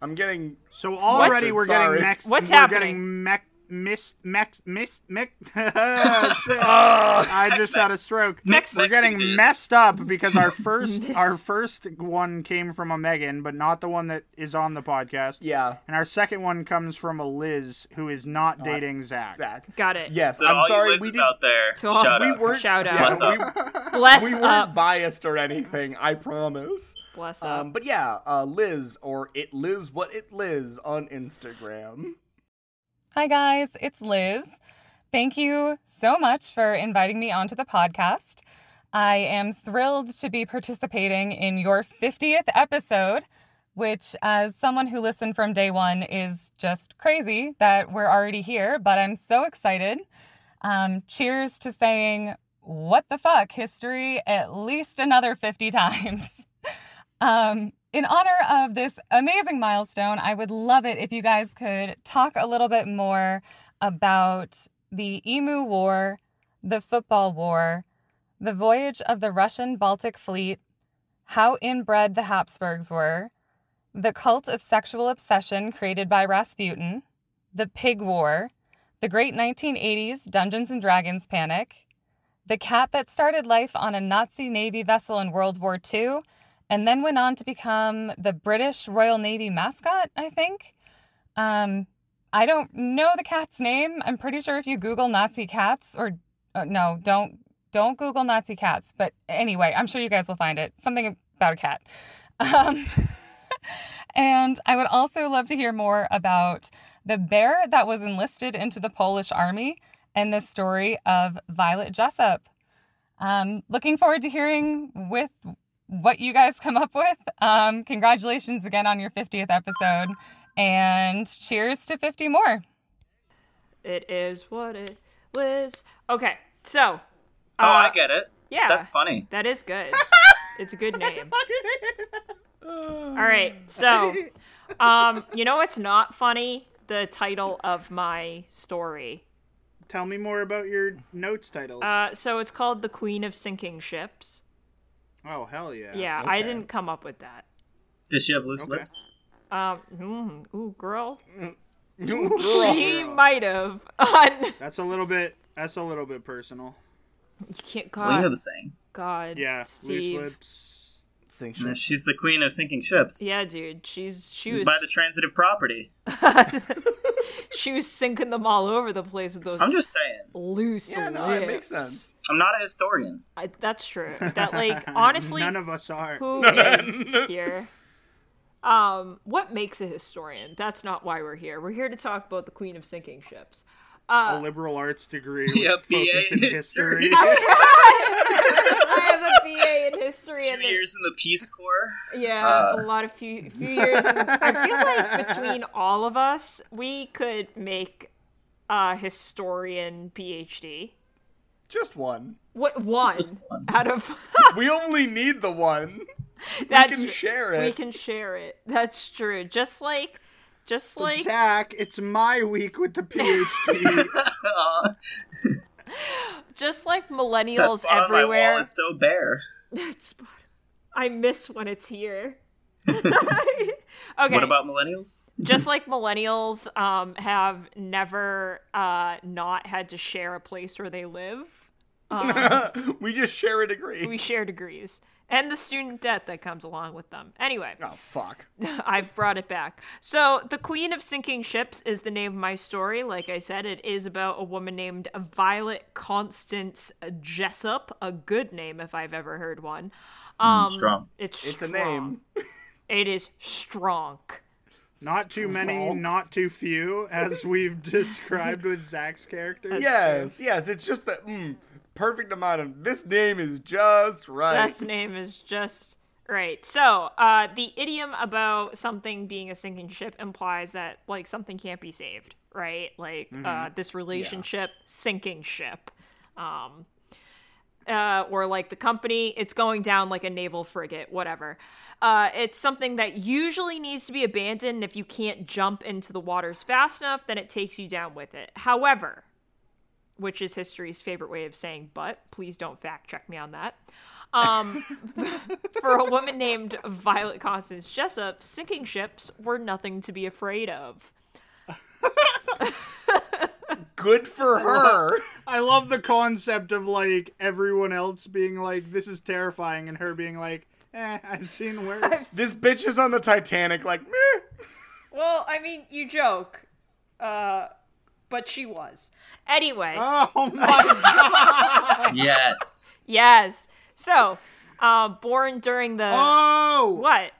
[SPEAKER 2] I'm getting
[SPEAKER 3] So already
[SPEAKER 2] What's-
[SPEAKER 3] we're getting
[SPEAKER 2] Sorry.
[SPEAKER 3] next.
[SPEAKER 1] What's
[SPEAKER 3] we're
[SPEAKER 1] happening?
[SPEAKER 3] Getting mech- Miss Mex Miss Mex.
[SPEAKER 2] Ah.
[SPEAKER 3] I just had a stroke.
[SPEAKER 4] Mex-
[SPEAKER 3] We're getting
[SPEAKER 4] Mexes.
[SPEAKER 3] messed up because our first our first one came from a Megan, but not the one that is on the podcast.
[SPEAKER 2] Yeah,
[SPEAKER 3] And our second one comes from a Liz who is not dating Zach.
[SPEAKER 2] Zach.
[SPEAKER 1] Got it.
[SPEAKER 2] Yes,
[SPEAKER 4] So
[SPEAKER 2] I'm
[SPEAKER 4] all
[SPEAKER 2] sorry
[SPEAKER 4] you Liz's
[SPEAKER 2] we did.
[SPEAKER 4] out there,
[SPEAKER 1] To all-
[SPEAKER 4] shout
[SPEAKER 1] we
[SPEAKER 4] out.
[SPEAKER 2] weren't-
[SPEAKER 1] Shout
[SPEAKER 2] yeah, Uh,
[SPEAKER 1] out.
[SPEAKER 4] Bless up.
[SPEAKER 1] Bless
[SPEAKER 2] we, we weren't
[SPEAKER 1] up.
[SPEAKER 2] biased or anything. I promise.
[SPEAKER 1] Bless
[SPEAKER 2] Um,
[SPEAKER 1] up.
[SPEAKER 2] but yeah, uh, Liz or it Liz what it Liz on Instagram.
[SPEAKER 6] Hi, guys, it's Liz. Thank you so much for inviting me onto the podcast. I am thrilled to be participating in your 50th episode, which, as someone who listened from day one, is just crazy that we're already here, but I'm so excited. Um, cheers to saying, what the fuck, history, at least another 50 times. Um, in honor of this amazing milestone, I would love it if you guys could talk a little bit more about the Emu War, the Football War, the voyage of the Russian Baltic Fleet, how inbred the Habsburgs were, the cult of sexual obsession created by Rasputin, the Pig War, the great 1980s Dungeons and Dragons panic, the cat that started life on a Nazi Navy vessel in World War II and then went on to become the British Royal Navy mascot, I think. Um, I don't know the cat's name. I'm pretty sure if you Google Nazi cats or uh, no, don't don't Google Nazi cats. But anyway, I'm sure you guys will find it. Something about a cat. Um, and I would also love to hear more about the bear that was enlisted into the Polish army and the story of Violet Jessup. Um, looking forward to hearing with what you guys come up with. Um, congratulations again on your 50th episode, and cheers to 50 more.
[SPEAKER 1] It is what it was. Okay, so
[SPEAKER 4] Oh, I
[SPEAKER 1] uh,
[SPEAKER 4] get it.
[SPEAKER 1] yeah.
[SPEAKER 4] That's funny.
[SPEAKER 1] That is good. it's a good name. All right. So, um, you know it's not funny? The title of my story.
[SPEAKER 3] Tell me more about your notes titles.
[SPEAKER 1] Uh, so it's called The Queen of Sinking Ships.
[SPEAKER 3] oh hell yeah.
[SPEAKER 1] Yeah, I didn't come up with that.
[SPEAKER 4] Does she have loose
[SPEAKER 3] Okay.
[SPEAKER 4] lips?
[SPEAKER 1] Um, mm, ooh, girl.
[SPEAKER 4] Oh,
[SPEAKER 2] Girl.
[SPEAKER 1] She might have. On...
[SPEAKER 3] That's a little bit that's a little bit personal.
[SPEAKER 1] You can't
[SPEAKER 4] We know
[SPEAKER 1] God.
[SPEAKER 4] the saying.
[SPEAKER 1] God.
[SPEAKER 3] Yeah.
[SPEAKER 1] Steve.
[SPEAKER 3] Loose lips.
[SPEAKER 2] Sing shit.
[SPEAKER 4] She's the queen of sinking ships.
[SPEAKER 1] Yeah, dude. She's she was
[SPEAKER 4] By the transitive property.
[SPEAKER 1] she was sinking them all over the place with those
[SPEAKER 4] I'm just saying.
[SPEAKER 1] loose
[SPEAKER 2] Yeah, no,
[SPEAKER 1] lips.
[SPEAKER 2] it makes sense.
[SPEAKER 4] I'm not a historian.
[SPEAKER 1] I, that's true. That like honestly,
[SPEAKER 3] None of us are.
[SPEAKER 1] who is here? Um, what makes a historian? That's not why we're here. We're here to talk about the Queen of Sinking Ships. uh,
[SPEAKER 3] a liberal arts degree with
[SPEAKER 4] Yeah,
[SPEAKER 3] focus
[SPEAKER 4] BA
[SPEAKER 3] in
[SPEAKER 4] in
[SPEAKER 3] history.
[SPEAKER 4] history.
[SPEAKER 1] I have a BA in history
[SPEAKER 4] Two
[SPEAKER 1] and a-
[SPEAKER 4] years in the Peace Corps.
[SPEAKER 1] yeah,
[SPEAKER 2] Uh.
[SPEAKER 1] a lot of few few years. And I feel like between all of us, we could make a historian PhD.
[SPEAKER 2] Just one.
[SPEAKER 1] What one
[SPEAKER 4] one.
[SPEAKER 1] out of
[SPEAKER 2] We only need the one.
[SPEAKER 1] that's
[SPEAKER 2] can share it.
[SPEAKER 1] We can share it. That's true. Just like, just like
[SPEAKER 3] Zach, it's my week with the PhD.
[SPEAKER 4] Aw,
[SPEAKER 1] just like
[SPEAKER 4] that
[SPEAKER 1] millennials
[SPEAKER 4] spot on my wall
[SPEAKER 1] everywhere.
[SPEAKER 4] is so bare.
[SPEAKER 1] That's spot- I miss when it's here. okay.
[SPEAKER 4] What about millennials?
[SPEAKER 1] just like millennials um, have never uh, not had to share a place where they live.
[SPEAKER 2] we just share a degree.
[SPEAKER 1] We share degrees and the student debt that comes along with them. Anyway,
[SPEAKER 2] Oh fuck.
[SPEAKER 1] I've brought it back. So, The Queen of Sinking Ships is the name of my story. Like I said, it is about a woman named Violet Constance Jessup, a good name if I've ever heard one. Um,
[SPEAKER 4] strong.
[SPEAKER 1] It's,
[SPEAKER 2] It's a
[SPEAKER 1] strong.
[SPEAKER 2] name.
[SPEAKER 1] It is strong.
[SPEAKER 3] not too many, not too few, as we've described with Zach's character.
[SPEAKER 2] Yes, yes. It's just the mm, perfect amount of this name is just right.
[SPEAKER 1] Last name is just right. So, uh, the idiom about something being a sinking ship implies that like something can't be saved, right? Like uh, this relationship, sinking ship. Um, uh, or like the company, it's going down like a naval frigate, whatever. Uh, it's something that usually needs to be abandoned. and If you can't jump into the waters fast enough, then it takes you down with it. However, which is history's favorite way of saying but, please don't fact check me on that. Um, for a woman named Violet Constance Jessup, sinking ships were nothing to be afraid of.
[SPEAKER 2] Good for her.
[SPEAKER 3] I love the concept of like everyone else being like, "This is terrifying," and her being like, "Eh, I've seen worse."
[SPEAKER 2] this bitch is on the Titanic, like, meh.
[SPEAKER 1] Well, I mean, you joke, uh, but she was. Anyway,
[SPEAKER 3] oh my god!
[SPEAKER 4] Yes.
[SPEAKER 1] yes. So, uh, born during the
[SPEAKER 3] Oh,
[SPEAKER 1] what?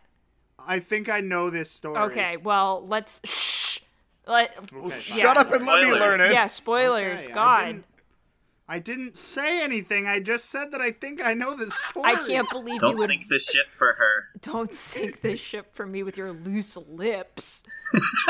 [SPEAKER 3] I think I know this story.
[SPEAKER 1] Okay. Well, let's shh. Let
[SPEAKER 3] Okay,
[SPEAKER 1] yeah.
[SPEAKER 2] Shut up and let me
[SPEAKER 4] Spoilers.
[SPEAKER 2] learn it.
[SPEAKER 1] Yeah. Spoilers.
[SPEAKER 3] Okay, I
[SPEAKER 1] God,
[SPEAKER 3] didn't- I didn't say anything. I just said that I think I know this story.
[SPEAKER 1] I, can't believe
[SPEAKER 4] Don't
[SPEAKER 1] you would.
[SPEAKER 4] sink the ship for her.
[SPEAKER 1] Don't sink this ship for me with your loose lips.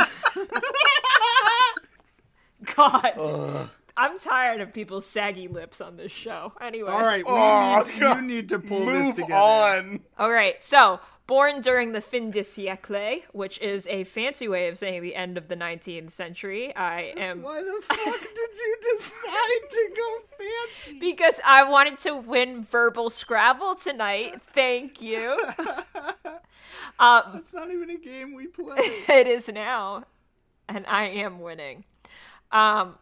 [SPEAKER 1] God. I'm tired of people's saggy lips on this show. Anyway.
[SPEAKER 3] All right, we
[SPEAKER 2] Oh,
[SPEAKER 3] need-
[SPEAKER 2] God.
[SPEAKER 3] you need to pull this
[SPEAKER 2] Move
[SPEAKER 3] together.
[SPEAKER 2] on.
[SPEAKER 1] All right. So, born during the fin de siècle, which is a fancy way of saying the end of the 19th century, I am
[SPEAKER 3] Why the fuck did you decide to go fancy?
[SPEAKER 1] because I wanted to win verbal Scrabble tonight. Thank you.
[SPEAKER 3] It's not even a game we play.
[SPEAKER 1] it is now, and I am winning. Um,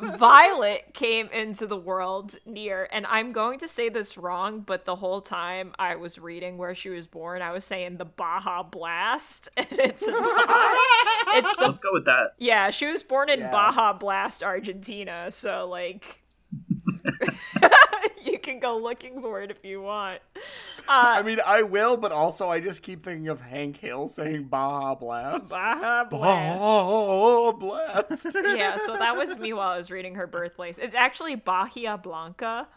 [SPEAKER 1] Violet came into the world near, and I'm going to say this wrong, but the whole time I was reading where she was born, I was saying the Baja Blast, and it's not. it's the
[SPEAKER 4] Let's go with that.
[SPEAKER 1] yeah. She was born in Baja Blast, Argentina, so like. you can go looking for it if you want.
[SPEAKER 2] I mean, I will, but also I just keep thinking of Hank Hill saying Baja Blast.
[SPEAKER 1] Baja Blast.
[SPEAKER 2] Baja Blast.
[SPEAKER 1] yeah, so that was me while I was reading her birthplace. It's actually Bahia Blanca.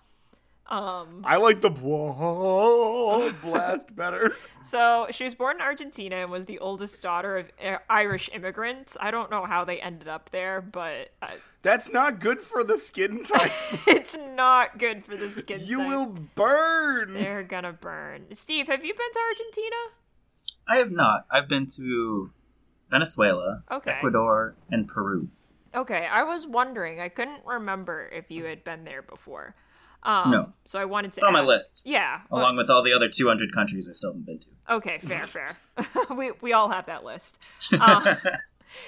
[SPEAKER 1] Um,
[SPEAKER 2] I like the Baja Blast better.
[SPEAKER 1] so she was born in Argentina and was the oldest daughter of I- Irish immigrants. I don't know how they ended up there, but uh,
[SPEAKER 2] That's not good for the skin type.
[SPEAKER 1] it's not good for the skin.
[SPEAKER 2] you
[SPEAKER 1] type.
[SPEAKER 2] will burn.
[SPEAKER 1] They're gonna burn. Steve, have you been to Argentina?
[SPEAKER 4] I have not. I've been to Venezuela,
[SPEAKER 1] Okay.
[SPEAKER 4] Ecuador, and Peru.
[SPEAKER 1] Okay, I was wondering. I couldn't remember if you had been there before. Um,
[SPEAKER 4] No.
[SPEAKER 1] So I wanted to.
[SPEAKER 4] It's on my
[SPEAKER 1] ask-
[SPEAKER 4] list.
[SPEAKER 1] Yeah. but-
[SPEAKER 4] Along with all the other 200 countries I still haven't been to.
[SPEAKER 1] Okay, fair, fair. we we all have that list. Uh,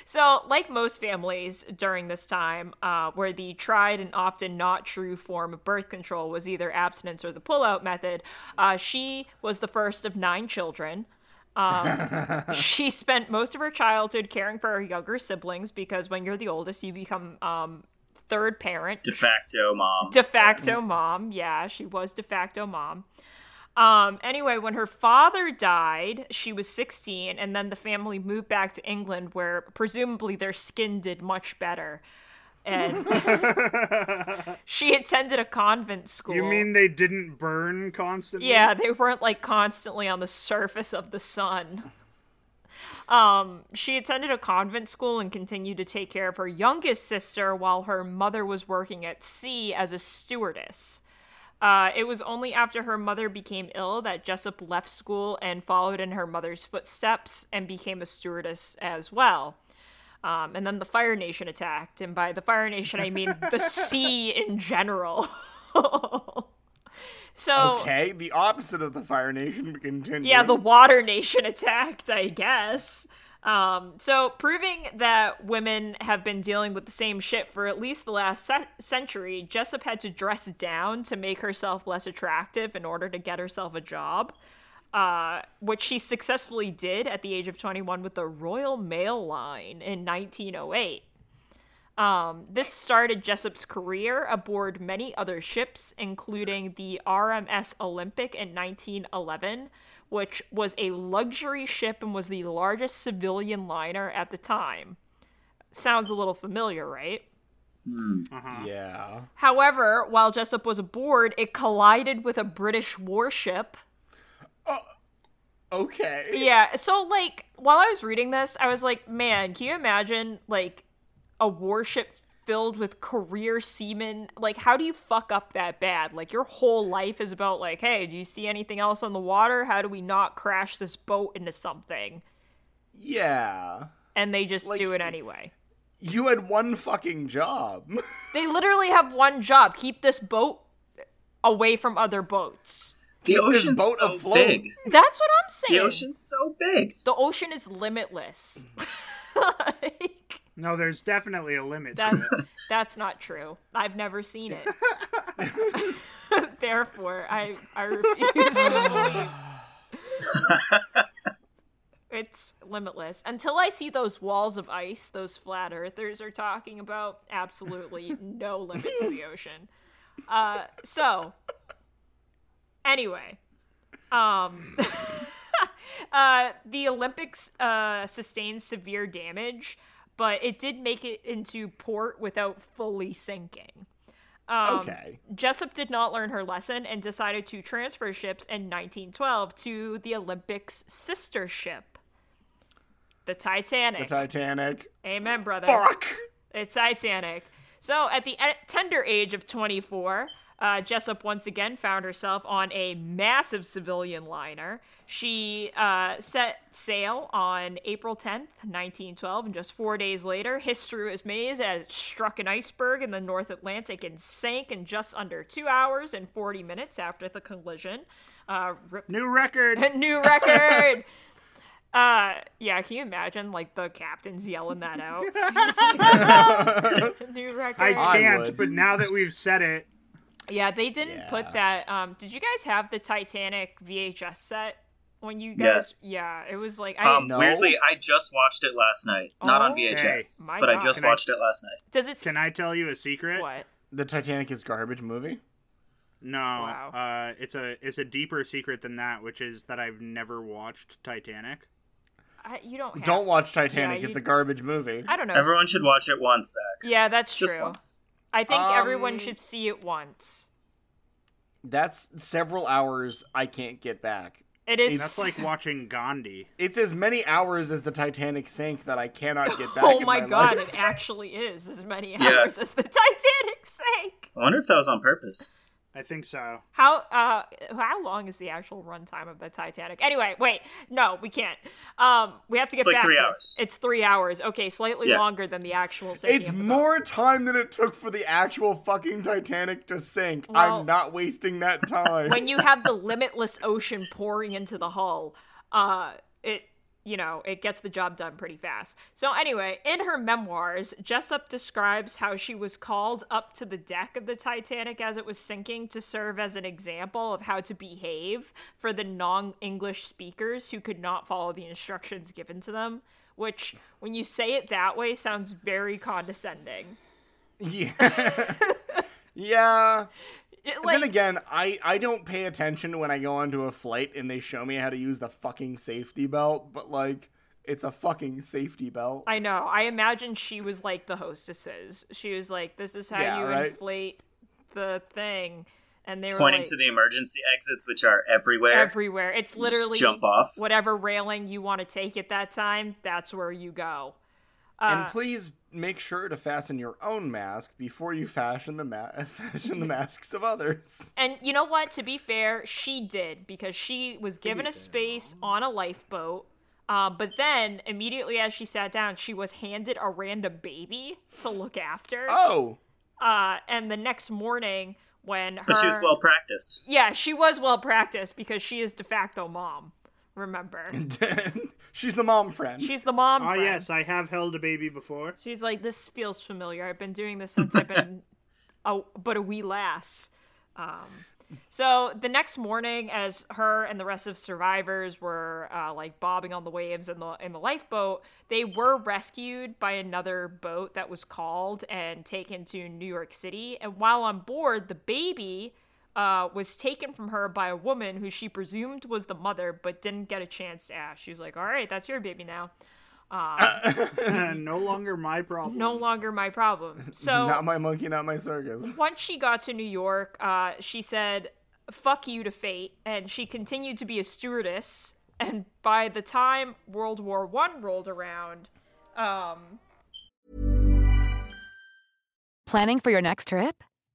[SPEAKER 1] so, like most families during this time, uh, where the tried and often not true form of birth control was either abstinence or the pullout method, uh, she was the first of nine children. Um, she spent most of her childhood caring for her younger siblings because when you're the oldest, you become um, third parent
[SPEAKER 4] De facto mom.
[SPEAKER 1] de facto mom. Yeah, she was de facto mom. Um, anyway, when her father died, she was 16, and then the family moved back to England, where presumably their skin did much better. And she attended a convent school.
[SPEAKER 3] You mean they didn't burn constantly?
[SPEAKER 1] Yeah, they weren't like constantly on the surface of the sun. Um, she attended a convent school and continued to take care of her youngest sister while her mother was working at sea as a stewardess. Uh, it was only after her mother became ill that Jessup left school and followed in her mother's footsteps and became a stewardess as well. Um, and then the Fire Nation attacked, and by the Fire Nation I mean the sea in general. so
[SPEAKER 2] Okay, the opposite of the Fire Nation. but Continue.
[SPEAKER 1] yeah, the Water Nation attacked, I guess. Um, so, proving that women have been dealing with the same shit for at least the last se- century, Jessup had to dress down to make herself less attractive in order to get herself a job, uh, which she successfully did at the age of 21 with the Royal Mail Line in 1908. Um, this started Jessup's career aboard many other ships, including the RMS Olympic in 1911, which was a luxury ship and was the largest civilian liner at the time. Sounds a little familiar, right?
[SPEAKER 2] Yeah.
[SPEAKER 1] However, while Jessup was aboard, it collided with a British warship.
[SPEAKER 2] Okay.
[SPEAKER 1] Yeah, so like while I was reading this, I was like, man, can you imagine like a warship filled with career seamen? Like, how do you fuck up that bad? Like, your whole life is about like, hey, do you see anything else on the water? How do we not crash this boat into something?
[SPEAKER 2] Yeah.
[SPEAKER 1] And they just
[SPEAKER 2] Like-
[SPEAKER 1] do it anyway.
[SPEAKER 2] You had one fucking job.
[SPEAKER 1] They literally have one job: keep this boat away from other boats.
[SPEAKER 4] The
[SPEAKER 2] Keep this
[SPEAKER 4] ocean's
[SPEAKER 2] boat
[SPEAKER 4] so
[SPEAKER 2] afloat.
[SPEAKER 4] big.
[SPEAKER 1] That's what I'm
[SPEAKER 4] The
[SPEAKER 1] saying.
[SPEAKER 4] ocean's so big.
[SPEAKER 1] the ocean is limitless. like,
[SPEAKER 3] No, there's definitely a limit. to
[SPEAKER 1] That's
[SPEAKER 3] it.
[SPEAKER 1] that's not true. I've never seen it. Therefore, I I refuse to believe. It's limitless. Until I see those walls of ice those flat earthers are talking about, absolutely no limit to the ocean. Uh, so, anyway, um, uh, the Olympics uh, sustained severe damage, but it did make it into port without fully sinking. Um,
[SPEAKER 2] okay.
[SPEAKER 1] Jessup did not learn her lesson and decided to transfer ships in 1912 to the Olympics' sister ship, the Titanic.
[SPEAKER 2] The Titanic.
[SPEAKER 1] Amen, brother.
[SPEAKER 2] Fuck.
[SPEAKER 1] It's Titanic. So, at the e- tender age of 24, uh, Jessup once again found herself on a massive civilian liner. She uh, set sail on April 10th, 1912, and just four days later, history was made as it struck an iceberg in the North Atlantic and sank in just under two hours and 40 minutes after the collision. Uh, rip
[SPEAKER 3] New record.
[SPEAKER 1] new record. Uh, yeah, can you imagine like the captains yelling that out? new record. Um,
[SPEAKER 3] I
[SPEAKER 2] I
[SPEAKER 3] can't,
[SPEAKER 2] would.
[SPEAKER 3] but now that we've said it,
[SPEAKER 1] yeah, they didn't
[SPEAKER 2] Yeah.
[SPEAKER 1] put that. Um, did you guys have the Titanic VHS set when you guys?
[SPEAKER 4] Yes.
[SPEAKER 1] Yeah, it was like I.
[SPEAKER 4] Um,
[SPEAKER 2] No.
[SPEAKER 4] weirdly, I just watched it last night. Not on
[SPEAKER 1] Oh,
[SPEAKER 4] VHS,
[SPEAKER 1] my
[SPEAKER 4] but I
[SPEAKER 1] God.
[SPEAKER 4] just
[SPEAKER 3] Can I-
[SPEAKER 4] watched it last night.
[SPEAKER 1] Does it?
[SPEAKER 3] can I tell you a secret?
[SPEAKER 1] What?
[SPEAKER 2] The Titanic is garbage movie.
[SPEAKER 3] No,
[SPEAKER 1] Wow.
[SPEAKER 3] uh, it's a it's a deeper secret than that, which is that I've never watched Titanic.
[SPEAKER 1] I, you don't. Have,
[SPEAKER 2] Don't watch Titanic.
[SPEAKER 1] Yeah,
[SPEAKER 2] it's
[SPEAKER 1] you-
[SPEAKER 2] a garbage movie.
[SPEAKER 1] I don't know.
[SPEAKER 4] Everyone should watch it once, Zach.
[SPEAKER 1] Yeah, that's
[SPEAKER 4] Just
[SPEAKER 1] true.
[SPEAKER 4] once.
[SPEAKER 1] I think
[SPEAKER 2] Um,
[SPEAKER 1] everyone should see it once.
[SPEAKER 2] That's several hours I can't get back.
[SPEAKER 1] It is.
[SPEAKER 3] That's like watching Gandhi.
[SPEAKER 2] It's as many hours as the Titanic sank that I cannot get back.
[SPEAKER 1] oh
[SPEAKER 2] in
[SPEAKER 1] my, god,
[SPEAKER 2] life.
[SPEAKER 1] it actually is as many
[SPEAKER 4] Yeah.
[SPEAKER 1] hours as the Titanic sank.
[SPEAKER 4] I wonder if that was on purpose.
[SPEAKER 3] I think so.
[SPEAKER 1] How uh how long is the actual runtime of the Titanic? Anyway, wait, no, we can't. Um, we have to get
[SPEAKER 4] It's like
[SPEAKER 1] back
[SPEAKER 4] three
[SPEAKER 1] to
[SPEAKER 4] hours.
[SPEAKER 1] this. It's three hours. Okay, slightly
[SPEAKER 4] Yeah.
[SPEAKER 1] longer than the actual. sinking
[SPEAKER 2] It's
[SPEAKER 1] of the boat.
[SPEAKER 2] more time than it took for the actual fucking Titanic to sink.
[SPEAKER 1] Well-
[SPEAKER 2] I'm not wasting that time.
[SPEAKER 1] when you have the limitless ocean pouring into the hull. Uh, it you know it gets the job done pretty fast. So anyway, in her memoirs, Jessup describes how she was called up to the deck of the Titanic as it was sinking to serve as an example of how to behave for the non-English speakers who could not follow the instructions given to them. Which, when you say it that way, sounds very condescending.
[SPEAKER 2] yeah. yeah.
[SPEAKER 1] It,
[SPEAKER 2] And
[SPEAKER 1] like,
[SPEAKER 2] then again, I, I don't pay attention when I go onto a flight and they show me how to use the fucking safety belt, but like, it's a fucking safety belt.
[SPEAKER 1] I know. I imagine she was like the hostesses. She was like, "This is how
[SPEAKER 2] Yeah,
[SPEAKER 1] you
[SPEAKER 2] right?
[SPEAKER 1] inflate the thing," and they were
[SPEAKER 4] Pointing
[SPEAKER 1] like,
[SPEAKER 4] to the emergency exits, which are everywhere.
[SPEAKER 1] everywhere. It's
[SPEAKER 4] You just
[SPEAKER 1] literally
[SPEAKER 4] jump off.
[SPEAKER 1] whatever railing you want to take at that time. That's where you go. Uh,
[SPEAKER 2] and please make sure to fasten your own mask before you fashion the ma- fashion the masks of others.
[SPEAKER 1] And you know what? To be fair, she did because she was given a space on a lifeboat. Uh, but then, immediately as she sat down, she was handed a random baby to look after.
[SPEAKER 2] Oh,
[SPEAKER 1] Uh, and the next morning, when her
[SPEAKER 4] But she was well practiced.
[SPEAKER 1] Yeah, she was well practiced because she is de facto mom. Remember,
[SPEAKER 2] she's the mom friend.
[SPEAKER 1] she's the mom.
[SPEAKER 3] Ah,
[SPEAKER 1] friend.
[SPEAKER 3] yes, I have held a baby before.
[SPEAKER 1] She's like, this feels familiar. I've been doing this since I've been, a, but a wee lass. Um, so the next morning, as her and the rest of survivors were uh, like bobbing on the waves in the in the lifeboat, they were rescued by another boat that was called and taken to New York City. And while on board, the baby uh, was taken from her by a woman who she presumed was the mother, but didn't get a chance to ask. She was like, "All right, that's your baby now.
[SPEAKER 3] no longer my problem.
[SPEAKER 1] No longer my problem." So
[SPEAKER 2] not my monkey, not my circus.
[SPEAKER 1] once she got to New York, uh, she said, fuck you to fate, and she continued to be a stewardess. And by the time World War One rolled around, um,
[SPEAKER 7] Planning for your next trip?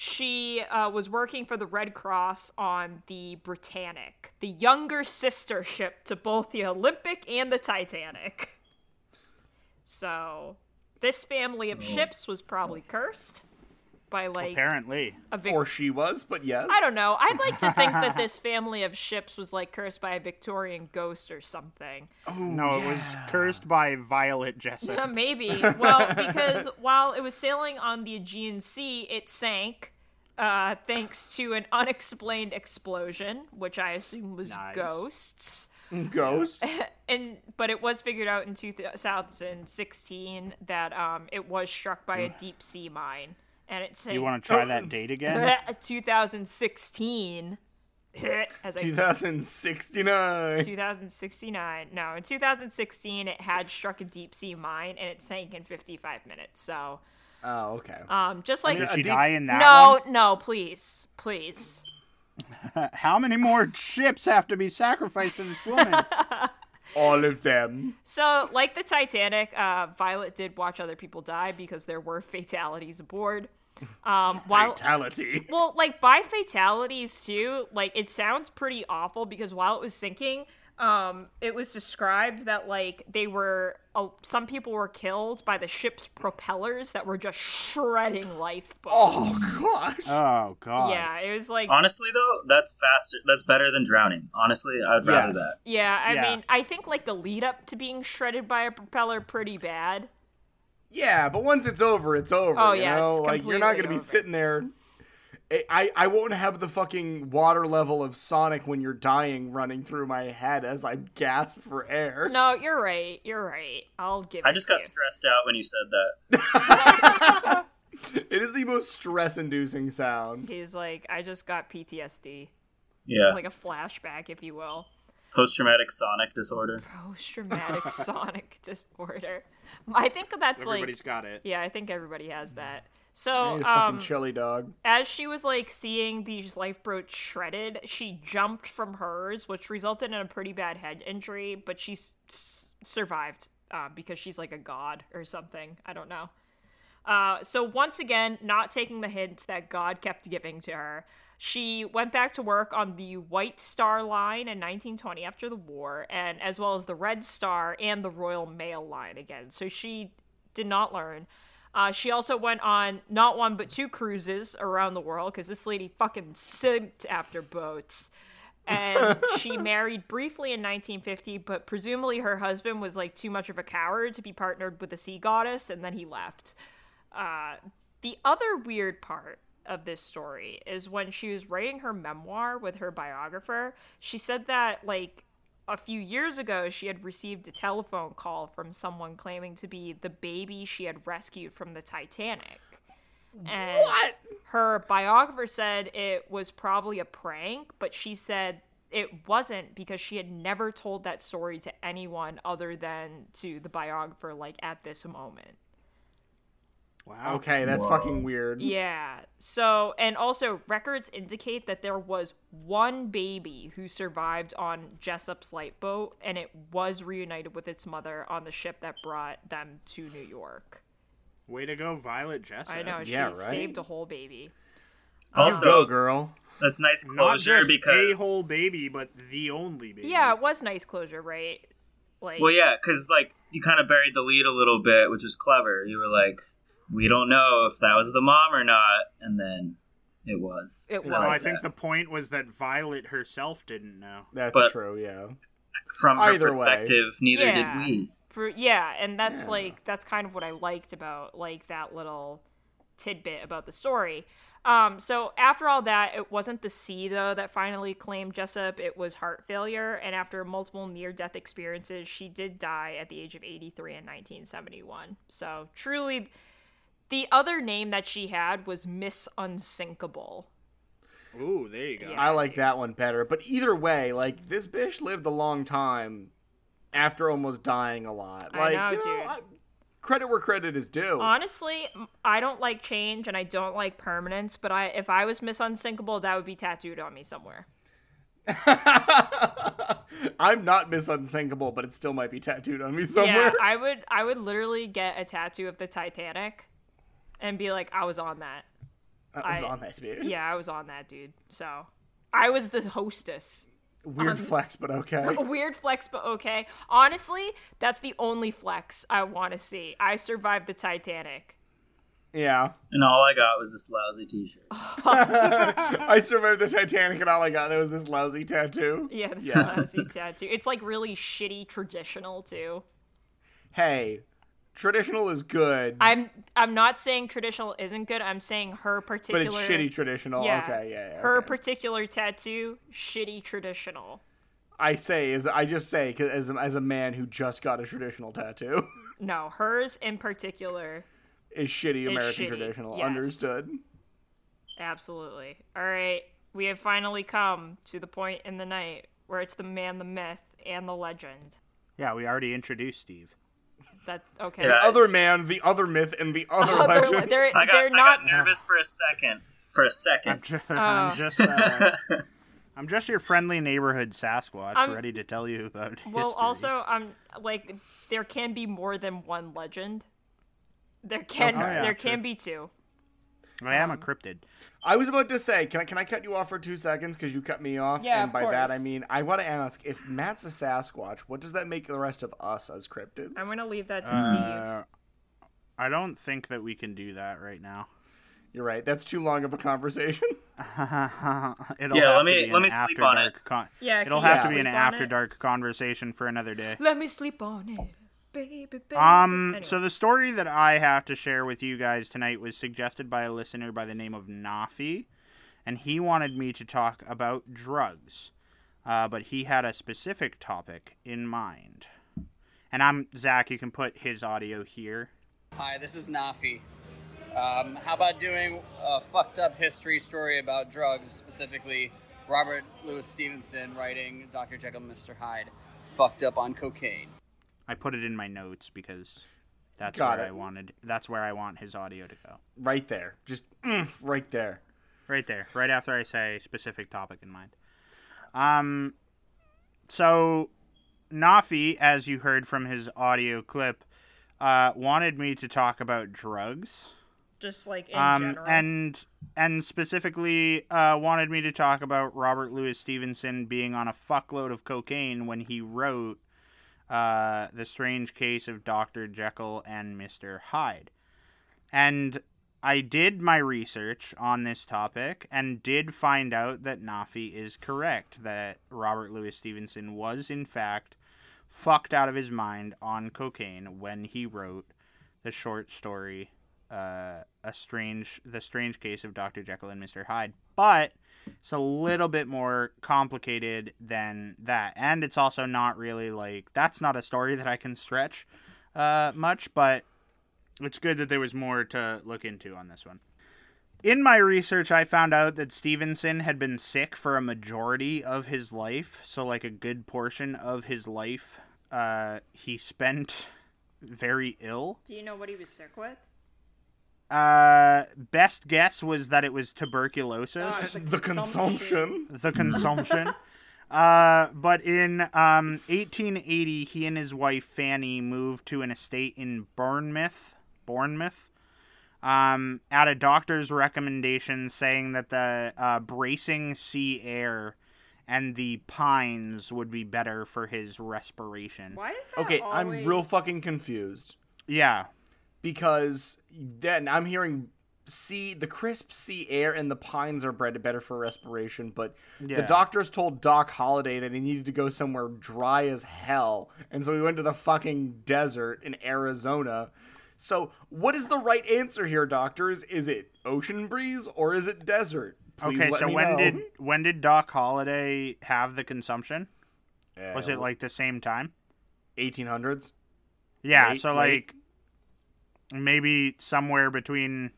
[SPEAKER 1] She uh, was working for the Red Cross on the Britannic, the younger sister ship to both the Olympic and the Titanic. So, this family of ships was probably cursed by like
[SPEAKER 3] Apparently.
[SPEAKER 1] a
[SPEAKER 2] Or
[SPEAKER 1] victim.
[SPEAKER 2] she was, but yes.
[SPEAKER 1] I don't know. I'd like to think that this family of ships was like cursed by a Victorian ghost or something.
[SPEAKER 3] no, it was cursed by Violet Jessup.
[SPEAKER 1] Uh, maybe. Well, because while it was sailing on the Aegean Sea, it sank uh, thanks to an unexplained explosion, which I assume was ghosts.
[SPEAKER 2] Ghosts?
[SPEAKER 1] And but it was figured out in 2016 that um, it was struck by a deep sea mine, and it sank.
[SPEAKER 3] You want to try that date again?
[SPEAKER 1] 2016. As I
[SPEAKER 2] 2069.
[SPEAKER 1] 2069. No, in 2016, it had struck a deep sea mine and it sank in 55 minutes. So,
[SPEAKER 2] Oh, okay.
[SPEAKER 1] um, just like
[SPEAKER 3] Did
[SPEAKER 2] a
[SPEAKER 3] she
[SPEAKER 2] deep-
[SPEAKER 3] die in that
[SPEAKER 1] no, no, please, please.
[SPEAKER 3] one? Uh, How many more ships have to be sacrificed to this woman?
[SPEAKER 2] All of them.
[SPEAKER 1] So, like the Titanic, uh, Violet did watch other people die because there were fatalities aboard. Um, while
[SPEAKER 2] Fatality.
[SPEAKER 1] well, like by fatalities too, like it sounds pretty awful because while it was sinking, um, it was described that like they were uh, some people were killed by the ship's propellers that were just shredding lifeboats.
[SPEAKER 2] Oh, gosh.
[SPEAKER 3] oh god.
[SPEAKER 1] yeah, it was like
[SPEAKER 4] Honestly, though, that's faster. That's better than drowning. Honestly, I'd rather
[SPEAKER 2] Yes.
[SPEAKER 4] that.
[SPEAKER 1] yeah. I
[SPEAKER 3] Yeah.
[SPEAKER 1] mean, I think like the lead up to being shredded by a propeller pretty bad.
[SPEAKER 2] Yeah, but once it's over, it's over.
[SPEAKER 1] Oh,
[SPEAKER 2] you
[SPEAKER 1] yeah,
[SPEAKER 2] know?
[SPEAKER 1] it's
[SPEAKER 2] like you're
[SPEAKER 1] completely
[SPEAKER 2] not gonna be
[SPEAKER 1] over.
[SPEAKER 2] sitting there. I, I I won't have the fucking water level of Sonic when you're dying running through my head as I gasp for air.
[SPEAKER 1] No, you're right. You're right. I'll give.
[SPEAKER 4] I
[SPEAKER 1] it
[SPEAKER 4] just
[SPEAKER 1] to
[SPEAKER 4] got
[SPEAKER 1] you.
[SPEAKER 4] stressed out when you said that.
[SPEAKER 2] It is the most stress-inducing sound.
[SPEAKER 1] He's like, I just got PTSD,
[SPEAKER 4] Yeah,
[SPEAKER 1] like a flashback, if you will.
[SPEAKER 4] post traumatic sonic disorder.
[SPEAKER 1] post traumatic sonic disorder. I think that's
[SPEAKER 3] Everybody's
[SPEAKER 1] like
[SPEAKER 3] got it.
[SPEAKER 1] yeah, I think everybody has that.
[SPEAKER 2] I
[SPEAKER 1] So
[SPEAKER 2] need a fucking
[SPEAKER 1] um,
[SPEAKER 2] chili dog.
[SPEAKER 1] as she was like seeing these lifeboats shredded, she jumped from hers, which resulted in a pretty bad head injury, but she s- s- survived uh, because she's like a god or something. I don't know. Uh, so once again, not taking the hint that God kept giving to her, she went back to work on the White Star Line in 1920 after the war, and as well as the Red Star and the Royal Mail Line again. So she did not learn. Uh, she also went on not one but two cruises around the world because this lady fucking simped after boats. And she married briefly in 1950, but presumably her husband was like too much of a coward to be partnered with a sea goddess, and then he left. Uh, the other weird part of this story is when she was writing her memoir with her biographer, she said that like a few years ago she had received a telephone call from someone claiming to be the baby she had rescued from the Titanic. And
[SPEAKER 2] What?
[SPEAKER 1] her biographer said it was probably a prank, but she said it wasn't because she had never told that story to anyone other than to the biographer like at this moment.
[SPEAKER 3] Wow.
[SPEAKER 2] Okay, that's fucking weird.
[SPEAKER 1] Yeah. So, and also records indicate that there was one baby who survived on Jessup's light boat and it was reunited with its mother on the ship that brought them to New York.
[SPEAKER 3] Way to go, Violet Jessup.
[SPEAKER 1] I know she
[SPEAKER 2] yeah, right?
[SPEAKER 1] saved a whole baby.
[SPEAKER 2] You go,
[SPEAKER 4] Also,
[SPEAKER 2] girl.
[SPEAKER 4] that's nice
[SPEAKER 3] Not
[SPEAKER 4] closure
[SPEAKER 3] just
[SPEAKER 4] because
[SPEAKER 3] a whole baby, but the only baby.
[SPEAKER 1] Yeah, it was nice closure, right? Like
[SPEAKER 4] Well, yeah, because like you kind of buried the lead a little bit, which was clever. You were like, "We don't know if that was the mom or not," and then it was.
[SPEAKER 1] It
[SPEAKER 4] And
[SPEAKER 3] No, I
[SPEAKER 1] was.
[SPEAKER 4] like
[SPEAKER 3] think
[SPEAKER 4] that.
[SPEAKER 3] the point was that Violet herself didn't know.
[SPEAKER 2] That's
[SPEAKER 4] But-
[SPEAKER 2] true. Yeah.
[SPEAKER 4] from her
[SPEAKER 2] either way.
[SPEAKER 4] perspective, neither
[SPEAKER 1] Yeah.
[SPEAKER 4] did we.
[SPEAKER 1] for yeah and that's like that's kind of what i liked about like that little tidbit about the story Um, so after all that, it wasn't the sea though that finally claimed Jessup. It was heart failure, and after multiple near-death experiences, she did die at the age of 83 in 1971. So truly, the other name that she had was Miss Unsinkable.
[SPEAKER 8] Ooh, there you go.
[SPEAKER 1] Yeah.
[SPEAKER 2] I like that one better. But either way, like this bitch lived a long time after almost dying a lot.
[SPEAKER 1] I
[SPEAKER 2] Like
[SPEAKER 1] know,
[SPEAKER 2] you
[SPEAKER 1] dude. Oh,
[SPEAKER 2] I- credit where credit is due.
[SPEAKER 1] Honestly, m- I don't like change and I don't like permanence, but I if I was Miss Unsinkable, that would be tattooed on me somewhere.
[SPEAKER 2] I'm not Miss Unsinkable, but it still might be tattooed on me
[SPEAKER 1] Yeah,
[SPEAKER 2] somewhere.
[SPEAKER 1] I would I would literally get a tattoo of the Titanic and be like I was on that.
[SPEAKER 2] I was
[SPEAKER 1] I-
[SPEAKER 2] on that dude.
[SPEAKER 1] Yeah, I was on that, dude. So, I was the hostess. Um,
[SPEAKER 2] Weird flex, but okay.
[SPEAKER 1] A weird flex, but okay. Honestly, that's the only flex I want to see. I survived the Titanic.
[SPEAKER 2] Yeah.
[SPEAKER 4] And all I got was this lousy T-shirt.
[SPEAKER 1] Oh,
[SPEAKER 2] I survived the Titanic and all I got was this lousy tattoo.
[SPEAKER 1] Yeah, this
[SPEAKER 2] Yeah.
[SPEAKER 1] lousy tattoo. It's like really shitty traditional too.
[SPEAKER 2] Hey, traditional is good,
[SPEAKER 1] I'm I'm not saying traditional isn't good. I'm saying her
[SPEAKER 2] but
[SPEAKER 1] particular
[SPEAKER 2] it's shitty traditional.
[SPEAKER 1] Yeah.
[SPEAKER 2] Okay, yeah, yeah.
[SPEAKER 1] Her
[SPEAKER 2] okay.
[SPEAKER 1] particular tattoo, shitty traditional.
[SPEAKER 2] I say is I just say 'cause as a, as a man who just got a traditional tattoo
[SPEAKER 1] No, hers in particular.
[SPEAKER 2] is shitty American
[SPEAKER 1] shitty,
[SPEAKER 2] traditional.
[SPEAKER 1] yes.
[SPEAKER 2] Understood.
[SPEAKER 1] Absolutely. All right. We have finally come to the point in the night where it's the man, the myth, and the legend.
[SPEAKER 3] Yeah, we already introduced Steve.
[SPEAKER 1] That okay.
[SPEAKER 4] Yeah.
[SPEAKER 2] The other man, the other myth, and the other
[SPEAKER 3] Oh,
[SPEAKER 1] They're-
[SPEAKER 2] legend.
[SPEAKER 1] They're,
[SPEAKER 4] I got,
[SPEAKER 1] they're
[SPEAKER 4] I
[SPEAKER 1] not
[SPEAKER 4] got nervous for a second. For a
[SPEAKER 3] I'm
[SPEAKER 4] second.
[SPEAKER 3] just,
[SPEAKER 1] Oh.
[SPEAKER 3] I'm just, uh, I'm just your friendly neighborhood Sasquatch,
[SPEAKER 1] I'm-
[SPEAKER 3] ready to tell you about.
[SPEAKER 1] Well,
[SPEAKER 3] history.
[SPEAKER 1] also, um, like there can be more than one legend. There can
[SPEAKER 3] Okay. Oh, yeah,
[SPEAKER 1] there
[SPEAKER 3] true.
[SPEAKER 1] can be two.
[SPEAKER 3] I am a
[SPEAKER 1] um,
[SPEAKER 3] cryptid.
[SPEAKER 2] I was about to say, can I can I cut you off for two seconds because you cut me off?
[SPEAKER 1] Yeah,
[SPEAKER 2] and
[SPEAKER 1] of
[SPEAKER 2] by that I
[SPEAKER 1] course.
[SPEAKER 2] mean I want to ask if Matt's a Sasquatch, what does that make the rest of us as cryptids?
[SPEAKER 1] I'm gonna leave that to Steve.
[SPEAKER 3] Uh, I don't think that we can do that right now.
[SPEAKER 2] You're right. That's too long of a conversation.
[SPEAKER 3] it'll
[SPEAKER 4] Yeah, let
[SPEAKER 3] have
[SPEAKER 4] me-
[SPEAKER 3] to be
[SPEAKER 4] let
[SPEAKER 3] an
[SPEAKER 4] me sleep
[SPEAKER 3] after
[SPEAKER 4] on
[SPEAKER 3] dark
[SPEAKER 4] it.
[SPEAKER 3] Con-
[SPEAKER 1] Yeah,
[SPEAKER 3] it'll
[SPEAKER 1] can
[SPEAKER 3] have
[SPEAKER 1] you
[SPEAKER 3] to be an
[SPEAKER 1] sleep on
[SPEAKER 3] after
[SPEAKER 1] it?
[SPEAKER 3] dark conversation for another day.
[SPEAKER 1] Let me sleep on it, baby. baby.
[SPEAKER 3] Um,
[SPEAKER 1] Anyway.
[SPEAKER 3] so the story that I have to share with you guys tonight was suggested by a listener by the name of Nafi, and he wanted me to talk about drugs, uh, but he had a specific topic in mind. And I'm Zach. You can put his audio here.
[SPEAKER 9] Hi, this is Nafi. Um, how about doing a fucked up history story about drugs, specifically Robert Louis Stevenson writing Dr. Jekyll and Mr. Hyde, fucked up on cocaine?
[SPEAKER 3] I put it in my notes because that's
[SPEAKER 2] Got
[SPEAKER 3] where
[SPEAKER 2] it.
[SPEAKER 3] I wanted. That's where I want his audio to go.
[SPEAKER 2] right there. Just mm, right there.
[SPEAKER 3] Right there, right after I say specific topic in mind. Um, so Nafi, as you heard from his audio clip, uh, wanted me to talk about drugs,
[SPEAKER 1] just like in
[SPEAKER 3] um,
[SPEAKER 1] general.
[SPEAKER 3] and and specifically uh, wanted me to talk about Robert Louis Stevenson being on a fuckload of cocaine when he wrote uh, the strange case of Doctor Jekyll and Mister Hyde, and I did my research on this topic and did find out that Nafi is correct that Robert Louis Stevenson was in fact fucked out of his mind on cocaine when he wrote the short story uh, a strange the strange case of Dr. Jekyll and Mr. Hyde but it's a little bit more complicated than that and it's also not really like that's not a story that I can stretch uh, much but it's good that there was more to look into on this one. In my research, I found out that Stevenson had been sick for a majority of his life. So, like a good portion of his life, uh, he spent very ill.
[SPEAKER 1] Do you know what he was sick with?
[SPEAKER 3] Uh, best guess was that it was tuberculosis,
[SPEAKER 2] The consumption.
[SPEAKER 3] the consumption. Uh, but in um, 1880, he and his wife Fanny moved to an estate in Bournemouth, Bournemouth, um, at a doctor's recommendation, saying that the uh, bracing sea air and the pines would be better for his respiration.
[SPEAKER 1] Why is that?
[SPEAKER 2] Okay, I'm
[SPEAKER 1] always-
[SPEAKER 2] real fucking confused
[SPEAKER 3] Yeah,
[SPEAKER 2] because then I'm hearing sea, the crisp sea air and the pines are bred better for respiration, but the
[SPEAKER 3] Yeah.
[SPEAKER 2] doctors told Doc Holliday that he needed to go somewhere dry as hell, and so he went to the fucking desert in Arizona. So, what is the right answer here, doctors? Is it ocean breeze or is it desert? Please
[SPEAKER 3] okay,
[SPEAKER 2] let
[SPEAKER 3] so
[SPEAKER 2] me
[SPEAKER 3] when
[SPEAKER 2] know.
[SPEAKER 3] did when did Doc Holliday have the consumption?
[SPEAKER 2] Uh,
[SPEAKER 3] Was it like the same time?
[SPEAKER 2] 1800s?
[SPEAKER 3] Yeah,
[SPEAKER 2] Late-
[SPEAKER 3] so
[SPEAKER 2] late-
[SPEAKER 3] like maybe somewhere between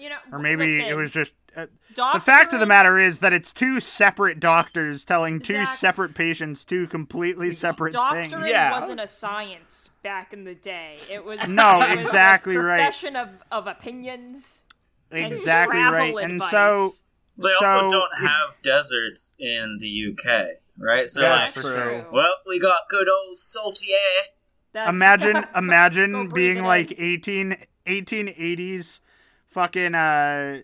[SPEAKER 1] You know,
[SPEAKER 3] or maybe it
[SPEAKER 1] listen,
[SPEAKER 3] was just uh, the
[SPEAKER 1] doctoring-
[SPEAKER 3] fact of the matter is that it's two separate doctors telling two
[SPEAKER 1] Exact-
[SPEAKER 3] separate patients two completely separate things.
[SPEAKER 1] Doctoring wasn't a science back in the day. It was
[SPEAKER 3] No,
[SPEAKER 1] it was
[SPEAKER 3] exactly
[SPEAKER 1] a
[SPEAKER 3] right.
[SPEAKER 1] profession of of opinions. and
[SPEAKER 3] exactly right.
[SPEAKER 1] travel
[SPEAKER 3] And
[SPEAKER 1] advice.
[SPEAKER 3] so
[SPEAKER 4] They
[SPEAKER 3] so
[SPEAKER 4] also don't have deserts in the UK, right? So
[SPEAKER 3] Yeah,
[SPEAKER 4] like,
[SPEAKER 3] that's for sure. True.
[SPEAKER 4] well, we got good old salty air.
[SPEAKER 3] imagine imagine being like 18 1880s fucking uh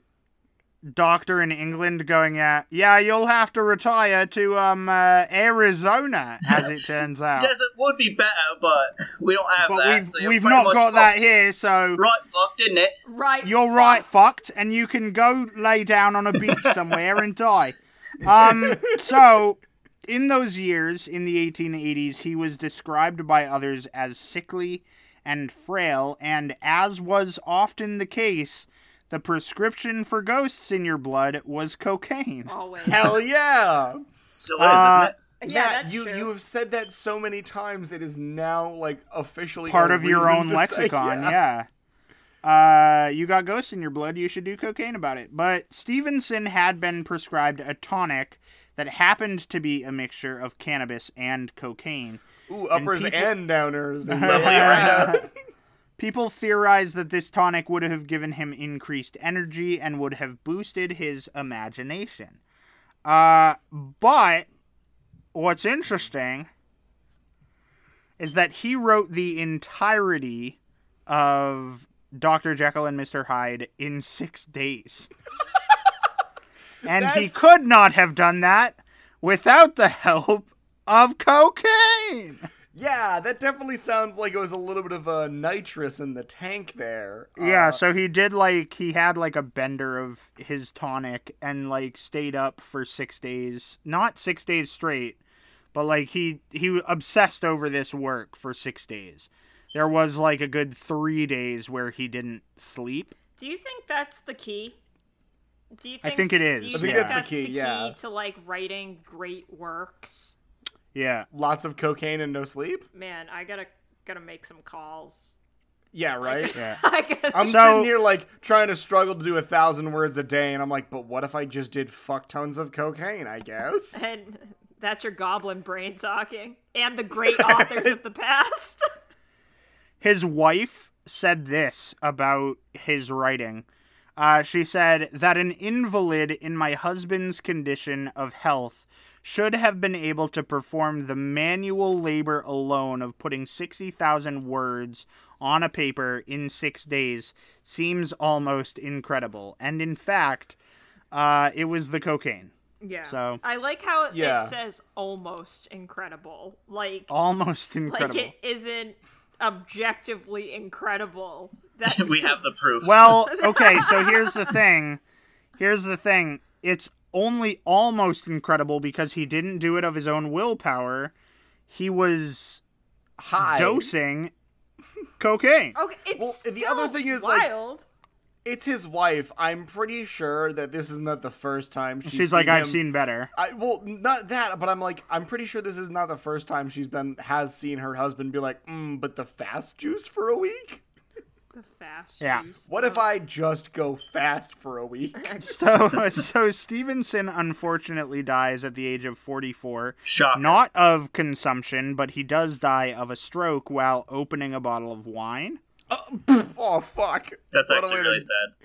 [SPEAKER 3] doctor in England going out, yeah, you'll have to retire to um uh, Arizona as it turns out.
[SPEAKER 4] Desert would be better, but we don't have
[SPEAKER 3] But
[SPEAKER 4] that.
[SPEAKER 3] we've-
[SPEAKER 4] so you're
[SPEAKER 3] we've
[SPEAKER 4] pretty
[SPEAKER 3] not
[SPEAKER 4] much
[SPEAKER 3] got that
[SPEAKER 4] fucked.
[SPEAKER 3] here, so-
[SPEAKER 4] right, fucked, didn't it?
[SPEAKER 1] Right.
[SPEAKER 3] You're right, fucked, and you can go lay down on a beach somewhere and die. Um, so, in those years, in the 1880s, he was described by others as sickly and frail, and as was often the case, the prescription for ghosts in your blood was cocaine.
[SPEAKER 1] Always.
[SPEAKER 2] Hell yeah!
[SPEAKER 4] Still
[SPEAKER 3] is, Uh, isn't
[SPEAKER 2] Yeah, Matt, you you have said that so many times it is now like officially
[SPEAKER 3] Part
[SPEAKER 2] a
[SPEAKER 3] of your
[SPEAKER 2] reason
[SPEAKER 3] own
[SPEAKER 2] to say-
[SPEAKER 3] lexicon, yeah. Uh, you got ghosts in your blood, you should do cocaine about it. But Stevenson had been prescribed a tonic that happened to be a mixture of cannabis and cocaine.
[SPEAKER 2] Ooh, uppers and,
[SPEAKER 3] people-
[SPEAKER 2] downers.
[SPEAKER 3] People theorized that this tonic would have given him increased energy and would have boosted his imagination. Uh, but what's interesting is that he wrote the entirety of Dr. Jekyll and Mr. Hyde in six days. and he
[SPEAKER 2] That's-
[SPEAKER 3] could not have done that without the help of cocaine.
[SPEAKER 2] yeah, that definitely sounds like it was a little bit of a nitrous in the tank there.
[SPEAKER 3] Yeah,
[SPEAKER 2] Uh,
[SPEAKER 3] so he did like he had like a bender of his tonic and like stayed up for 6 days. Not 6 days straight, but like he he obsessed over this work for 6 days. There was like a good 3 days where he didn't sleep.
[SPEAKER 1] Do you think that's the key? Do you
[SPEAKER 3] I
[SPEAKER 1] think,
[SPEAKER 3] think it is,
[SPEAKER 1] Do you
[SPEAKER 3] I
[SPEAKER 1] think that's, the key,
[SPEAKER 2] yeah.
[SPEAKER 1] to like writing great works?
[SPEAKER 3] Yeah.
[SPEAKER 2] Lots of cocaine and no sleep?
[SPEAKER 1] Man, I gotta gotta make some calls.
[SPEAKER 2] Yeah, right?
[SPEAKER 3] Yeah.
[SPEAKER 2] I'm
[SPEAKER 3] So-
[SPEAKER 2] sitting here like trying to struggle to do a thousand words a day, and I'm like, but what if I just did fuck tons of cocaine, I guess?
[SPEAKER 1] And that's your goblin brain talking. And the great authors of the past.
[SPEAKER 3] His wife said this about his writing. Uh, she said that an invalid in my husband's condition of health should have been able to perform the manual labor alone of putting 60,000 words on a paper in six days seems almost incredible. And in fact, uh, it was the cocaine.
[SPEAKER 1] Yeah.
[SPEAKER 3] So,
[SPEAKER 1] I like how it-
[SPEAKER 3] Yeah.
[SPEAKER 1] it says almost incredible. Like
[SPEAKER 3] almost incredible.
[SPEAKER 1] like it isn't objectively incredible. That's
[SPEAKER 4] we have the proof.
[SPEAKER 3] Well, okay, so here's the thing. Here's the thing. It's only almost incredible because he didn't do it of his own willpower. He was
[SPEAKER 2] High.
[SPEAKER 3] dosing
[SPEAKER 2] Oh.
[SPEAKER 3] cocaine.
[SPEAKER 1] Okay, it's
[SPEAKER 2] the other thing is like it's his wife. I'm pretty sure that this is not the first time she's,
[SPEAKER 3] She's, like,
[SPEAKER 2] seen
[SPEAKER 3] I've
[SPEAKER 2] him-
[SPEAKER 3] seen better.
[SPEAKER 2] I well, not that, but I'm like, I'm pretty sure this is not the first time she's been has seen her husband be like, mm, but the fast juice for a week.
[SPEAKER 1] The fast.
[SPEAKER 3] Yeah.
[SPEAKER 2] What if I just go fast for a week?
[SPEAKER 3] So, so Stevenson unfortunately dies at the age of 44.
[SPEAKER 4] Shocker.
[SPEAKER 3] Not of consumption, but he does die of a stroke while opening a bottle of wine.
[SPEAKER 2] oh fuck.
[SPEAKER 4] That's
[SPEAKER 2] What a
[SPEAKER 4] actually
[SPEAKER 2] way
[SPEAKER 4] really
[SPEAKER 2] to-
[SPEAKER 4] sad.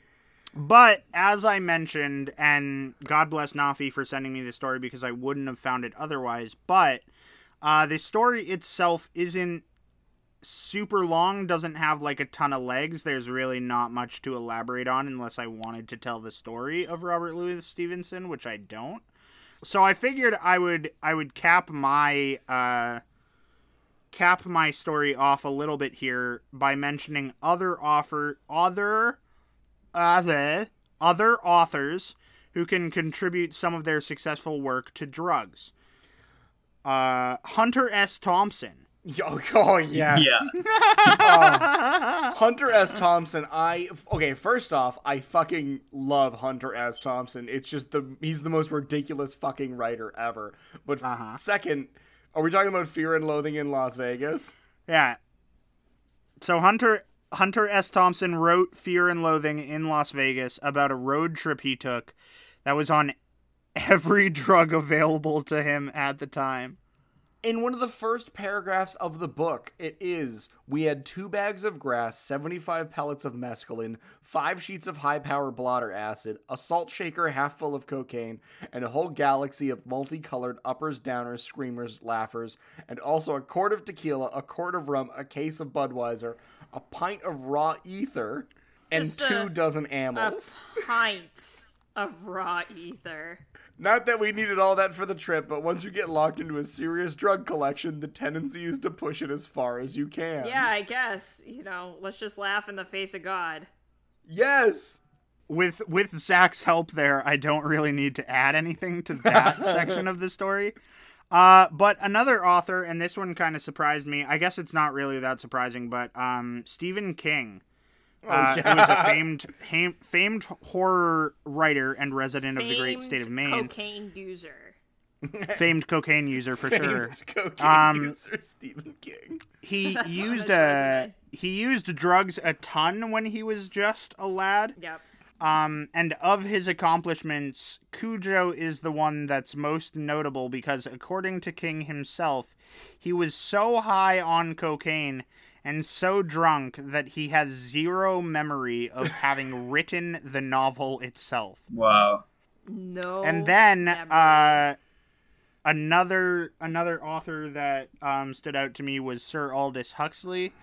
[SPEAKER 3] But as I mentioned, and God bless Nafi for sending me this story because I wouldn't have found it otherwise. But uh, the story itself isn't super long, doesn't have like a ton of legs. There's really not much to elaborate on unless I wanted to tell the story of Robert Louis Stevenson, which I don't. So I figured I would I would cap my uh, cap my story off a little bit here by mentioning other offer other other other authors who can contribute some of their successful work to drugs. Uh, Hunter S. Thompson.
[SPEAKER 2] Yo- oh yes.
[SPEAKER 3] Yeah.
[SPEAKER 2] Oh, Hunter S. Thompson, I okay. First off, I fucking love Hunter S. Thompson. It's just the he's the most ridiculous fucking writer ever. But f- second, are we talking about Fear and Loathing in Las Vegas?
[SPEAKER 3] Yeah. So Hunter Hunter S. Thompson wrote Fear and Loathing in Las Vegas about a road trip he took that was on every drug available to him at the time.
[SPEAKER 2] In one of the first paragraphs of the book, it is We had two bags of grass, 75 pellets of mescaline, five sheets of high power blotter acid, a salt shaker half full of cocaine, and a whole galaxy of multicolored uppers, downers, screamers, laughers, and also a quart of tequila, a quart of rum, a case of Budweiser, a pint of raw ether, and
[SPEAKER 1] Just
[SPEAKER 2] two
[SPEAKER 1] a-
[SPEAKER 2] dozen
[SPEAKER 1] A
[SPEAKER 2] amyls.
[SPEAKER 1] pint of raw ether.
[SPEAKER 2] Not that we needed all that for the trip, but once you get locked into a serious drug collection, the tendency is to push it as far as you can.
[SPEAKER 1] Yeah, I guess. You know, let's just laugh in the face of God.
[SPEAKER 2] Yes.
[SPEAKER 3] With with Zach's help there, I don't really need to add anything to that section of the story. Uh, but another author, and this one kind of surprised me. I guess it's not really that surprising, but um, Stephen King,
[SPEAKER 2] Oh,
[SPEAKER 3] uh,
[SPEAKER 2] yeah.
[SPEAKER 3] who is a famed ham- famed horror writer and resident of the great state of
[SPEAKER 1] Famed
[SPEAKER 3] Maine,
[SPEAKER 1] Cocaine user.
[SPEAKER 3] famed cocaine user for
[SPEAKER 2] Famed
[SPEAKER 3] sure.
[SPEAKER 2] cocaine
[SPEAKER 3] Um,
[SPEAKER 2] user Stephen King.
[SPEAKER 3] he
[SPEAKER 1] That's on
[SPEAKER 3] used
[SPEAKER 1] his
[SPEAKER 3] a he used drugs a ton when he was just a lad.
[SPEAKER 1] Yep.
[SPEAKER 3] Um, and of his accomplishments, Cujo is the one that's most notable because, according to King himself, he was so high on cocaine and so drunk that he has zero memory of having written the novel itself.
[SPEAKER 4] Wow.
[SPEAKER 1] No.
[SPEAKER 3] and then
[SPEAKER 1] memory.
[SPEAKER 3] uh, another another author that um, stood out to me was Sir Aldous Huxley,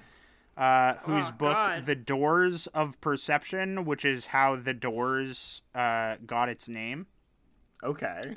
[SPEAKER 3] uh, whose
[SPEAKER 1] Oh,
[SPEAKER 3] book
[SPEAKER 1] God.
[SPEAKER 3] "The Doors of Perception," which is how the Doors uh, got its name,
[SPEAKER 2] Okay.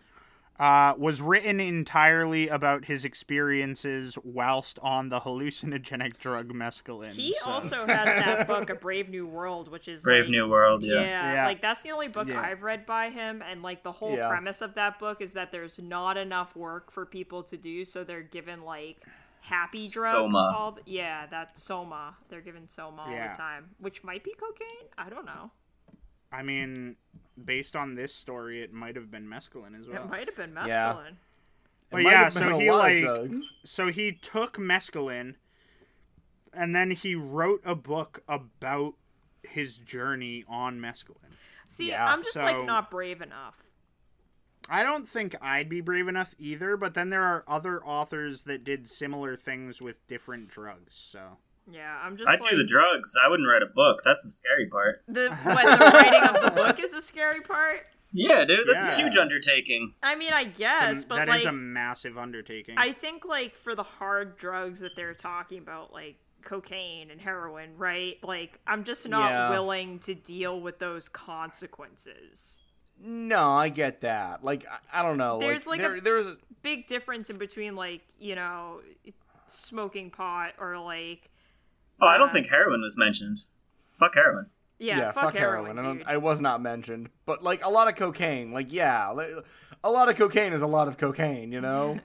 [SPEAKER 3] uh, was written entirely about his experiences whilst on the hallucinogenic drug mescaline.
[SPEAKER 1] He
[SPEAKER 3] so-
[SPEAKER 1] also has that book, A Brave New World, which is
[SPEAKER 4] Brave
[SPEAKER 1] like,
[SPEAKER 4] New World, yeah.
[SPEAKER 1] Yeah,
[SPEAKER 3] Yeah.
[SPEAKER 1] like that's the only book
[SPEAKER 2] Yeah.
[SPEAKER 1] I've read by him, and like the whole
[SPEAKER 2] Yeah.
[SPEAKER 1] premise of that book is that there's not enough work for people to do, so they're given like happy drugs.
[SPEAKER 4] Soma.
[SPEAKER 1] All the, yeah, that's soma. They're given soma all
[SPEAKER 3] Yeah.
[SPEAKER 1] the time, which might be cocaine. I don't know.
[SPEAKER 3] I mean, based on this story, it might have been mescaline as well.
[SPEAKER 1] It might have been mescaline.
[SPEAKER 2] Yeah.
[SPEAKER 3] But
[SPEAKER 2] It might
[SPEAKER 3] yeah,
[SPEAKER 2] have been
[SPEAKER 3] so
[SPEAKER 2] a
[SPEAKER 3] he
[SPEAKER 2] lot of
[SPEAKER 3] like
[SPEAKER 2] drugs.
[SPEAKER 3] so he took mescaline, and then he wrote a book about his journey on mescaline.
[SPEAKER 1] See,
[SPEAKER 2] Yeah,
[SPEAKER 1] I'm just like
[SPEAKER 3] so-
[SPEAKER 1] not brave enough.
[SPEAKER 3] I don't think I'd be brave enough either, but then there are other authors that did similar things with different drugs. So
[SPEAKER 1] Yeah, I'm just
[SPEAKER 4] I'd
[SPEAKER 1] like
[SPEAKER 4] do the drugs. I wouldn't write a book. That's the scary part.
[SPEAKER 1] the when the writing of the book is the scary part.
[SPEAKER 4] Yeah, dude, that's
[SPEAKER 3] Yeah.
[SPEAKER 4] a huge undertaking.
[SPEAKER 1] I mean, I guess,
[SPEAKER 3] that-
[SPEAKER 1] but
[SPEAKER 3] that
[SPEAKER 1] like
[SPEAKER 3] is a massive undertaking.
[SPEAKER 1] I think like for the hard drugs that they're talking about, like cocaine and heroin, right? Like I'm just not
[SPEAKER 2] Yeah.
[SPEAKER 1] willing to deal with those consequences.
[SPEAKER 2] No, I get that. Like, I, I don't know.
[SPEAKER 1] There's, like,
[SPEAKER 2] there,
[SPEAKER 1] a-
[SPEAKER 2] there's a,
[SPEAKER 1] Big difference in between like, you know, smoking pot or like
[SPEAKER 4] Oh, I don't
[SPEAKER 1] Uh,
[SPEAKER 4] think heroin was mentioned. Fuck heroin.
[SPEAKER 1] yeah, fuck, heroin.
[SPEAKER 2] I, don't-
[SPEAKER 1] dude.
[SPEAKER 2] I was not mentioned, but like a lot of cocaine. Like, yeah, like, a lot of cocaine is a lot of cocaine. You know.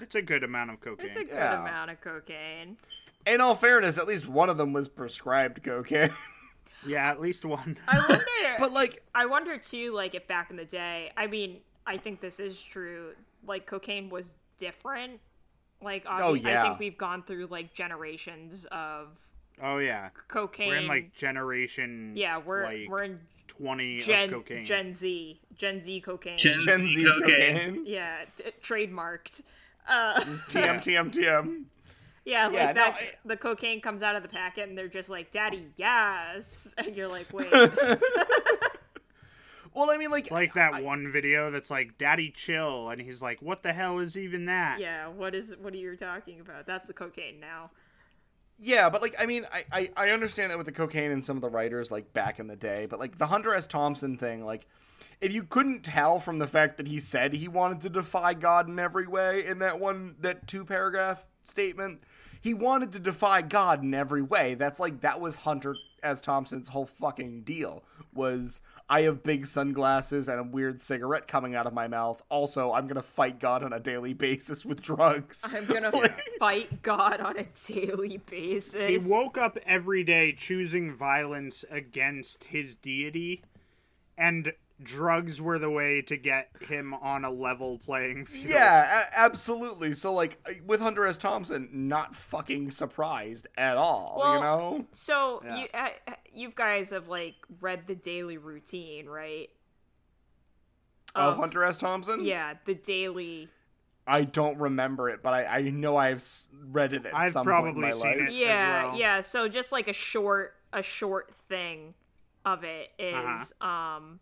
[SPEAKER 3] it's a good amount of cocaine.
[SPEAKER 1] It's a good
[SPEAKER 2] Yeah.
[SPEAKER 1] amount of cocaine.
[SPEAKER 2] In all fairness, at least one of them was prescribed cocaine.
[SPEAKER 3] Yeah, at least one.
[SPEAKER 1] I wonder
[SPEAKER 2] but like,
[SPEAKER 1] I wonder too, like if back in the day, I mean, I think this is true. Like cocaine was different. Like obvi-
[SPEAKER 2] Oh,
[SPEAKER 1] I
[SPEAKER 2] yeah.
[SPEAKER 1] think we've gone through like generations of
[SPEAKER 3] Oh yeah,
[SPEAKER 1] cocaine.
[SPEAKER 3] we're in like generation.
[SPEAKER 1] yeah, we're
[SPEAKER 3] like,
[SPEAKER 1] we're in
[SPEAKER 3] twenty of
[SPEAKER 1] Gen
[SPEAKER 3] cocaine.
[SPEAKER 1] Gen Z Gen Z cocaine.
[SPEAKER 4] Gen-
[SPEAKER 2] Gen Z
[SPEAKER 4] Cocaine.
[SPEAKER 2] cocaine.
[SPEAKER 1] yeah, t- trademarked. Uh,
[SPEAKER 2] TM TM TM.
[SPEAKER 1] yeah, like
[SPEAKER 2] Yeah, no,
[SPEAKER 1] that.
[SPEAKER 2] I-
[SPEAKER 1] The cocaine comes out of the packet, and they're just like, "Daddy, yes," and you're like, "Wait,
[SPEAKER 2] Well, I mean, like,
[SPEAKER 3] like that one video that's like daddy chill and he's like what the hell is even that
[SPEAKER 1] yeah, what is? What are you talking about? That's the cocaine now."
[SPEAKER 2] Yeah, but like I mean, I, I I understand that with the cocaine and some of the writers like back in the day, but like the Hunter S. Thompson thing, like if you couldn't tell from the fact that he said he wanted to defy God in every way in that one that two paragraph statement, he wanted to defy God in every way. That's like that was Hunter S. Thompson's whole fucking deal was I have big sunglasses and a weird cigarette coming out of my mouth. Also, I'm gonna fight God on a daily basis with drugs.
[SPEAKER 1] I'm gonna fight God on a daily basis.
[SPEAKER 3] He woke up every day choosing violence against his deity, and drugs were the way to get him on a level playing field.
[SPEAKER 2] Yeah, a- absolutely. So like with Hunter S. Thompson, not fucking surprised at all.
[SPEAKER 1] Well,
[SPEAKER 2] you know.
[SPEAKER 1] So
[SPEAKER 2] Yeah.
[SPEAKER 1] you uh, you guys have like read the daily routine, right?
[SPEAKER 2] Of
[SPEAKER 1] Of-
[SPEAKER 2] Hunter S. Thompson.
[SPEAKER 1] uh, Yeah, the daily.
[SPEAKER 2] I don't remember it, but I, I know I've s- read it at
[SPEAKER 3] I've
[SPEAKER 2] some
[SPEAKER 3] probably
[SPEAKER 2] point in my
[SPEAKER 3] seen
[SPEAKER 2] life.
[SPEAKER 3] it.
[SPEAKER 1] Yeah,
[SPEAKER 3] well.
[SPEAKER 1] yeah. So just like a short a short thing of it
[SPEAKER 3] Uh-huh.
[SPEAKER 1] is, um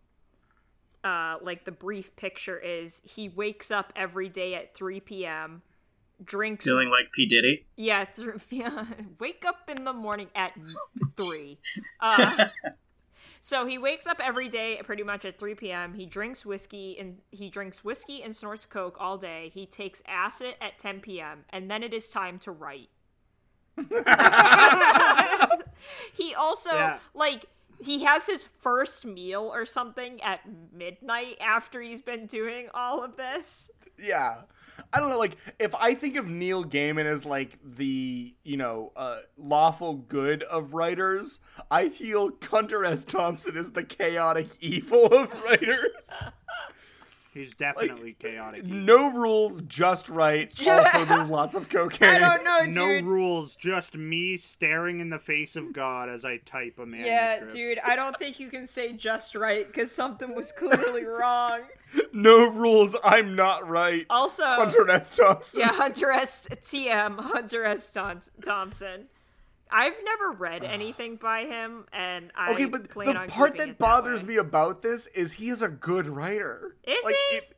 [SPEAKER 1] uh like the brief picture is he wakes up every day at 3 p.m. drinks
[SPEAKER 4] Feeling like P Diddy.
[SPEAKER 1] Yeah, th- wake up in the morning at three. Uh, so he wakes up every day, pretty much at three p.m. He drinks whiskey and he drinks whiskey and snorts coke all day. He takes acid at ten p.m. and then it is time to write. he also
[SPEAKER 10] Yeah.
[SPEAKER 1] like he has his first meal or something at midnight after he's been doing all of this.
[SPEAKER 2] Yeah. I don't know, like, if I think of Neil Gaiman as, like, the, you know, uh, lawful good of writers, I feel Hunter S. Thompson is the chaotic evil of writers.
[SPEAKER 3] He's definitely chaotic.
[SPEAKER 2] No rules, just right. Also, there's lots of cocaine.
[SPEAKER 3] No rules, just me staring in the face of God as I type a manuscript.
[SPEAKER 1] Yeah, dude, I don't think you can say just right because something was clearly wrong.
[SPEAKER 2] No rules, I'm not right.
[SPEAKER 1] Also,
[SPEAKER 2] Hunter S. Thompson.
[SPEAKER 1] Yeah, Hunter S. TM, Hunter S. Thom- Thompson. I've never read anything by him, and I
[SPEAKER 2] Okay, but
[SPEAKER 1] plan
[SPEAKER 2] the
[SPEAKER 1] on
[SPEAKER 2] part
[SPEAKER 1] keeping
[SPEAKER 2] that
[SPEAKER 1] it
[SPEAKER 2] bothers me about this is he is a good writer.
[SPEAKER 1] Is he?
[SPEAKER 2] it-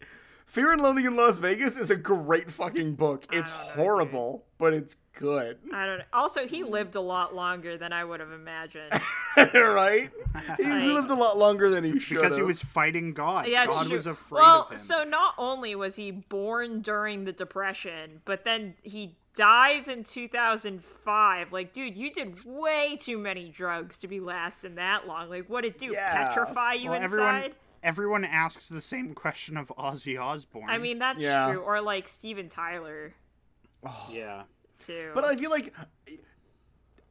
[SPEAKER 2] Fear and Loathing in Las Vegas is a great fucking book. It's horrible, but it's good.
[SPEAKER 1] I don't. Also, he
[SPEAKER 2] Hmm.
[SPEAKER 1] lived a lot longer than I would have imagined.
[SPEAKER 2] right? He
[SPEAKER 1] Like-
[SPEAKER 2] lived a lot longer than he should
[SPEAKER 3] Because he was fighting God.
[SPEAKER 1] Yeah, it's
[SPEAKER 3] God
[SPEAKER 1] true.
[SPEAKER 3] was afraid
[SPEAKER 1] well,
[SPEAKER 3] of him.
[SPEAKER 1] so not only was he born during the Depression, but then he dies in 2005. Like, dude, you did way too many drugs to be lasting that long. Like, what it do? Petrify you
[SPEAKER 3] Well,
[SPEAKER 1] inside?
[SPEAKER 3] Everyone, everyone asks the same question of Ozzy Osbourne.
[SPEAKER 1] I mean, that's true. Or like Steven Tyler
[SPEAKER 3] yeah.
[SPEAKER 1] too.
[SPEAKER 2] Oh. But I feel like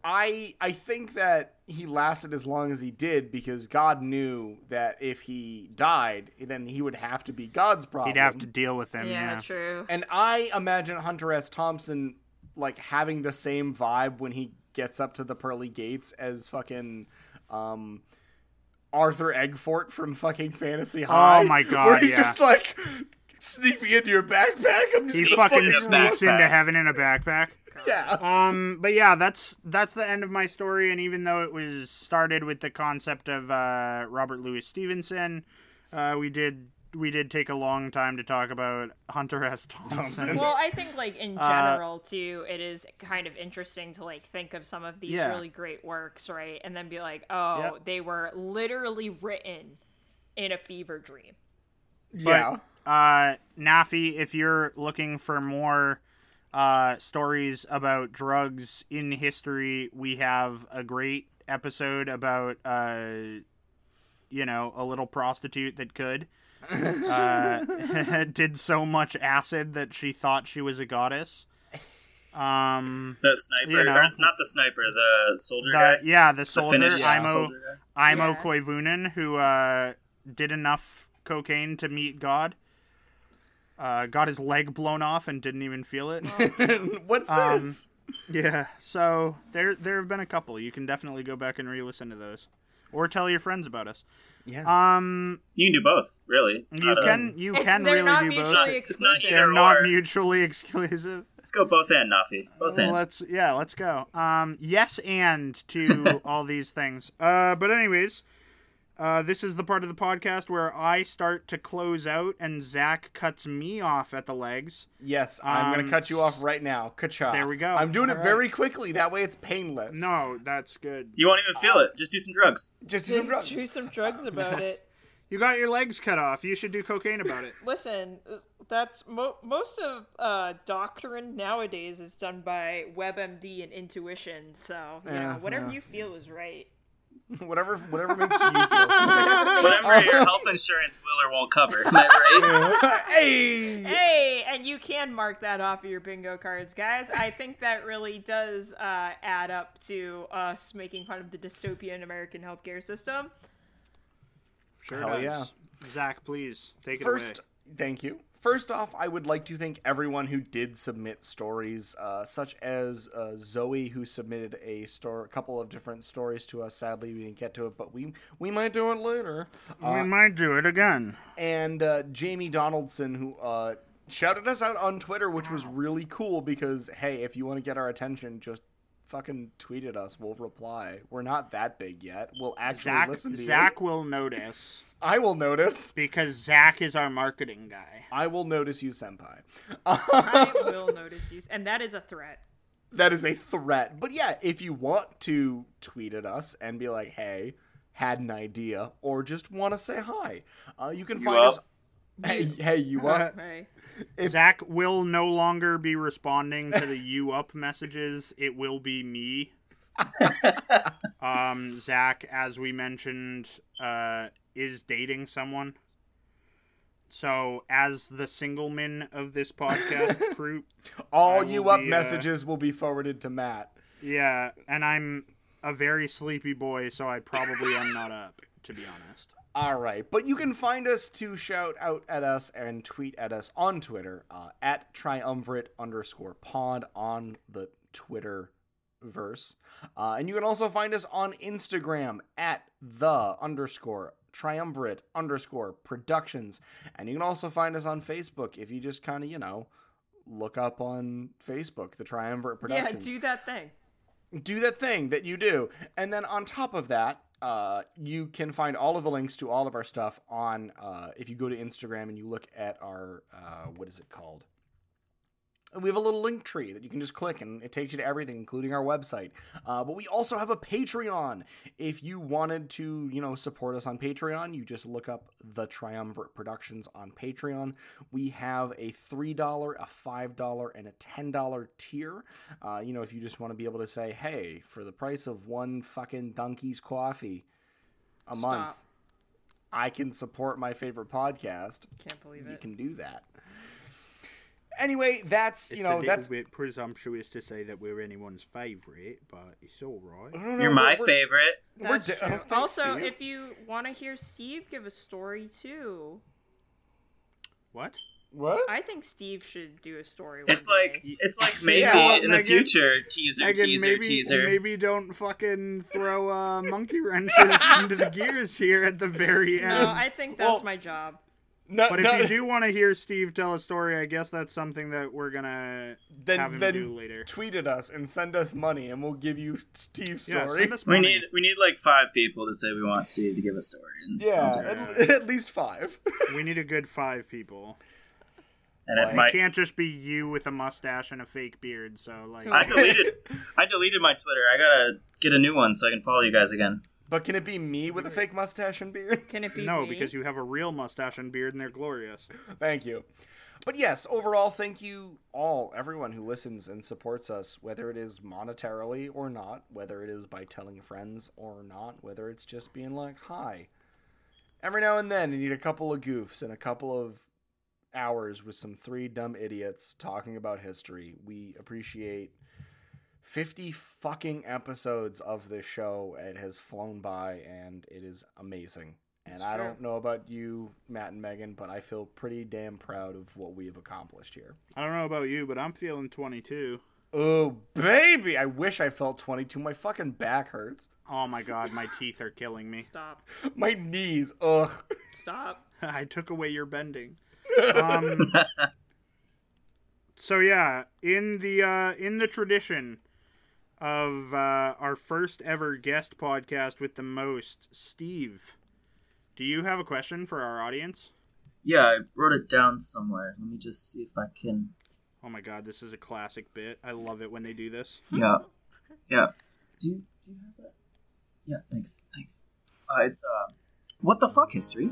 [SPEAKER 2] I I think that he lasted as long as he did because God knew that if he died, then he would have to be God's problem.
[SPEAKER 3] He'd have to deal with him. Yeah,
[SPEAKER 1] true.
[SPEAKER 2] And I imagine Hunter S. Thompson like having the same vibe when he gets up to the pearly gates as fucking um Arthur Eggfort from fucking Fantasy High.
[SPEAKER 3] Oh my God,
[SPEAKER 2] Where he's
[SPEAKER 3] yeah.
[SPEAKER 2] just like sneak me into your backpack. I'm just
[SPEAKER 3] He
[SPEAKER 2] gonna
[SPEAKER 3] fucking
[SPEAKER 2] fucking
[SPEAKER 3] sneaks
[SPEAKER 2] rob-
[SPEAKER 3] into heaven in a backpack.
[SPEAKER 2] Yeah.
[SPEAKER 3] Um. But yeah, that's that's the end of my story. And even though it was started with the concept of uh, Robert Louis Stevenson, uh, we did we did take a long time to talk about Hunter S. Thompson.
[SPEAKER 1] well, I think like in
[SPEAKER 3] Uh,
[SPEAKER 1] general too, it is kind of interesting to like think of some of these
[SPEAKER 3] Yeah.
[SPEAKER 1] really great works, right? And then be like, oh,
[SPEAKER 3] Yep.
[SPEAKER 1] they were literally written in a fever dream.
[SPEAKER 3] But, uh, Nafi, if you're looking for more uh, stories about drugs in history, we have a great episode about, uh, you know, a little prostitute that could. uh, did so much acid that she thought she was a goddess. Um,
[SPEAKER 4] The sniper,
[SPEAKER 3] You know.
[SPEAKER 4] or not the sniper, the soldier
[SPEAKER 3] the,
[SPEAKER 4] guy.
[SPEAKER 3] yeah, the soldier
[SPEAKER 4] Finnish
[SPEAKER 3] Imo
[SPEAKER 4] soldier guy.
[SPEAKER 3] Imo Koivunen, who uh, did enough cocaine to meet God. Uh, got his leg blown off and didn't even feel it.
[SPEAKER 2] What's
[SPEAKER 3] Um,
[SPEAKER 2] this?
[SPEAKER 3] Yeah, so there there have been a couple. You can definitely go back and re-listen to those, or tell your friends about us.
[SPEAKER 2] Yeah.
[SPEAKER 3] Um,
[SPEAKER 4] you can do both, really. It's
[SPEAKER 3] you
[SPEAKER 4] not a-
[SPEAKER 3] can you
[SPEAKER 1] It's-
[SPEAKER 3] can
[SPEAKER 1] they're
[SPEAKER 3] really
[SPEAKER 1] not
[SPEAKER 3] do both.
[SPEAKER 1] mutually It's not- it's not exclusive.
[SPEAKER 3] they're
[SPEAKER 1] either
[SPEAKER 3] not
[SPEAKER 4] or.
[SPEAKER 3] mutually exclusive.
[SPEAKER 4] Let's go both in, Nafi. Both
[SPEAKER 3] Well,
[SPEAKER 4] in.
[SPEAKER 3] Let's yeah, let's go. Um, yes, and to all these things. Uh, but anyways, uh, this is the part of the podcast where I start to close out, and Zach cuts me off at the legs.
[SPEAKER 2] Yes, I'm
[SPEAKER 3] Um,
[SPEAKER 2] gonna cut you off right now. Kacha.
[SPEAKER 3] there we go.
[SPEAKER 2] I'm doing it
[SPEAKER 3] All right.
[SPEAKER 2] very quickly. That way, it's painless.
[SPEAKER 3] No, that's good.
[SPEAKER 4] You won't even feel it. Just do some drugs.
[SPEAKER 2] Just do some drugs.
[SPEAKER 1] Do some drugs about it.
[SPEAKER 3] You got your legs cut off. You should do cocaine about it.
[SPEAKER 1] Listen, that's mo- most of uh, doctrine nowadays is done by WebMD and intuition. So you
[SPEAKER 2] Yeah,
[SPEAKER 1] know, whatever
[SPEAKER 2] yeah,
[SPEAKER 1] you feel is right.
[SPEAKER 2] whatever, whatever makes you feel. safe.
[SPEAKER 4] Whatever
[SPEAKER 3] Oh.
[SPEAKER 4] your health insurance will or won't cover. Am I right?
[SPEAKER 2] hey.
[SPEAKER 1] Hey, and you can mark that off of your bingo cards, guys. I think that really does uh, add up to us making fun of the dystopian American healthcare system.
[SPEAKER 3] Sure
[SPEAKER 2] Hell
[SPEAKER 3] does.
[SPEAKER 2] yeah.
[SPEAKER 3] Zach, please take
[SPEAKER 2] First,
[SPEAKER 3] it
[SPEAKER 2] thank you. First off, I would like to thank everyone who did submit stories, uh, such as uh, Zoe, who submitted a store, a couple of different stories to us. Sadly, we didn't get to it, but we we might do it later.
[SPEAKER 3] away.
[SPEAKER 2] Uh,
[SPEAKER 3] we might do it again.
[SPEAKER 2] and uh, Jamie Donaldson, who uh, shouted us out on Twitter, which was really cool because, hey, if you want to get our attention, just fucking tweet at us. We'll reply. We're not that big yet. We'll actually
[SPEAKER 3] Zach,
[SPEAKER 2] listen to
[SPEAKER 3] Zach
[SPEAKER 2] you.
[SPEAKER 3] will notice
[SPEAKER 2] I will notice.
[SPEAKER 3] because Zach is our marketing guy.
[SPEAKER 2] I will notice you, Senpai.
[SPEAKER 1] I will notice you, and that is a threat.
[SPEAKER 2] that is a threat. But yeah, if you want to tweet at us and be like, hey, had an idea, or just want to say hi, uh, you can find us.
[SPEAKER 4] up?
[SPEAKER 2] Hey, hey, you what?
[SPEAKER 1] Right.
[SPEAKER 3] Zach will no longer be responding to the you up messages. It will be me. um, Zach, as we mentioned, uh, is dating someone. So, as the singleman of this podcast group, I
[SPEAKER 2] All
[SPEAKER 3] will
[SPEAKER 2] you up
[SPEAKER 3] be, uh,
[SPEAKER 2] messages will be forwarded to Matt.
[SPEAKER 3] yeah, and I'm a very sleepy boy, so I probably am not up, to be honest.
[SPEAKER 2] All right, but you can find us to shout out at us and tweet at us on Twitter uh, at triumvirate underscore pod on the Twitter verse, uh, and you can also find us on Instagram at the underscore triumvirate underscore productions, and you can also find us on Facebook if you just kind of you know look up on Facebook the triumvirate
[SPEAKER 1] Yeah,
[SPEAKER 2] productions
[SPEAKER 1] do that thing.
[SPEAKER 2] do that thing that you do. And then on top of that, uh, you can find all of the links to all of our stuff on uh, if you go to Instagram and you look at our uh, what is it called? We have a little link tree that you can just click and it takes you to everything, including our website. Uh, but we also have a Patreon. If you wanted to, you know, support us on Patreon, you just look up the Triumvirate Productions on Patreon. We have a $3, a $5, and a $10 tier. Uh, you know, if you just want to be able to say, hey, for the price of one fucking donkey's coffee a month,
[SPEAKER 1] Stop.
[SPEAKER 2] I can support my favorite podcast.
[SPEAKER 1] Can't believe
[SPEAKER 2] You
[SPEAKER 1] it.
[SPEAKER 2] can do that. Anyway, that's, you know,
[SPEAKER 3] a
[SPEAKER 2] that's.
[SPEAKER 3] bit presumptuous to say that we're anyone's favorite, but it's all
[SPEAKER 2] Uh-huh.
[SPEAKER 3] right.
[SPEAKER 4] You're my favorite.
[SPEAKER 2] We're
[SPEAKER 1] That's
[SPEAKER 2] di-
[SPEAKER 1] true.
[SPEAKER 2] oh, thanks,
[SPEAKER 1] also,
[SPEAKER 2] Steve.
[SPEAKER 1] if you want to hear Steve give a story too,
[SPEAKER 3] What?
[SPEAKER 2] What?
[SPEAKER 1] I think Steve should do a story. One
[SPEAKER 4] It's like
[SPEAKER 1] day.
[SPEAKER 4] it's like maybe
[SPEAKER 3] well,
[SPEAKER 4] in the
[SPEAKER 3] Megan-
[SPEAKER 4] future teaser
[SPEAKER 3] Megan,
[SPEAKER 4] teaser
[SPEAKER 3] maybe
[SPEAKER 4] teaser.
[SPEAKER 3] maybe don't fucking throw uh, monkey wrenches into the gears here at the very end.
[SPEAKER 1] no, I think that's
[SPEAKER 2] Well-
[SPEAKER 1] my job.
[SPEAKER 2] No,
[SPEAKER 3] but if
[SPEAKER 2] no,
[SPEAKER 3] you do want to hear Steve tell a story, I guess that's something that we're gonna have
[SPEAKER 2] then
[SPEAKER 3] him
[SPEAKER 2] then
[SPEAKER 3] do later.
[SPEAKER 2] tweet at us and send us money, and we'll give you Steve's
[SPEAKER 3] Yeah,
[SPEAKER 2] story.
[SPEAKER 3] send us
[SPEAKER 4] We
[SPEAKER 3] money.
[SPEAKER 4] need we need like five people to say we want Steve to give a story. And,
[SPEAKER 2] yeah, at, at least five.
[SPEAKER 3] we need a good five people.
[SPEAKER 4] and it
[SPEAKER 3] It
[SPEAKER 4] might,
[SPEAKER 3] can't just be you with a mustache and a fake beard. So like,
[SPEAKER 4] I deleted I deleted my Twitter. I gotta get a new one so I can follow you guys again.
[SPEAKER 2] but can it be me with a fake mustache and beard?
[SPEAKER 1] Can it be
[SPEAKER 3] no,
[SPEAKER 1] me?
[SPEAKER 3] because you have a real mustache and beard, and they're glorious.
[SPEAKER 2] Thank you. But yes, overall, thank you all, everyone who listens and supports us, whether it is monetarily or not, whether it is by telling friends or not, whether it's just being like, hi. Every now and then, you need a couple of goofs and a couple of hours with some three dumb idiots talking about history. We appreciate 50 fucking episodes of this show. It has flown by and it is amazing. And I don't know about you, Matt and Megan, but I feel pretty damn proud of what we have accomplished here.
[SPEAKER 3] I don't know about you, but I'm feeling 22.
[SPEAKER 2] Oh, baby! I wish I felt 22. My fucking back hurts.
[SPEAKER 3] Oh my god, my teeth are killing me.
[SPEAKER 1] Stop.
[SPEAKER 2] My knees, ugh.
[SPEAKER 1] Stop.
[SPEAKER 3] I took away your bending. Um, so yeah, in the uh, in the tradition of uh, our first ever guest podcast with the most, Steve, do you have a question for our audience?
[SPEAKER 4] Yeah, I wrote it down somewhere. Let me just see if I can.
[SPEAKER 3] Oh my god, this is a classic bit. I love it when they do this.
[SPEAKER 4] Yeah, yeah. Do you, do you have that? Yeah, thanks, thanks. Uh, it's uh, What the fuck history?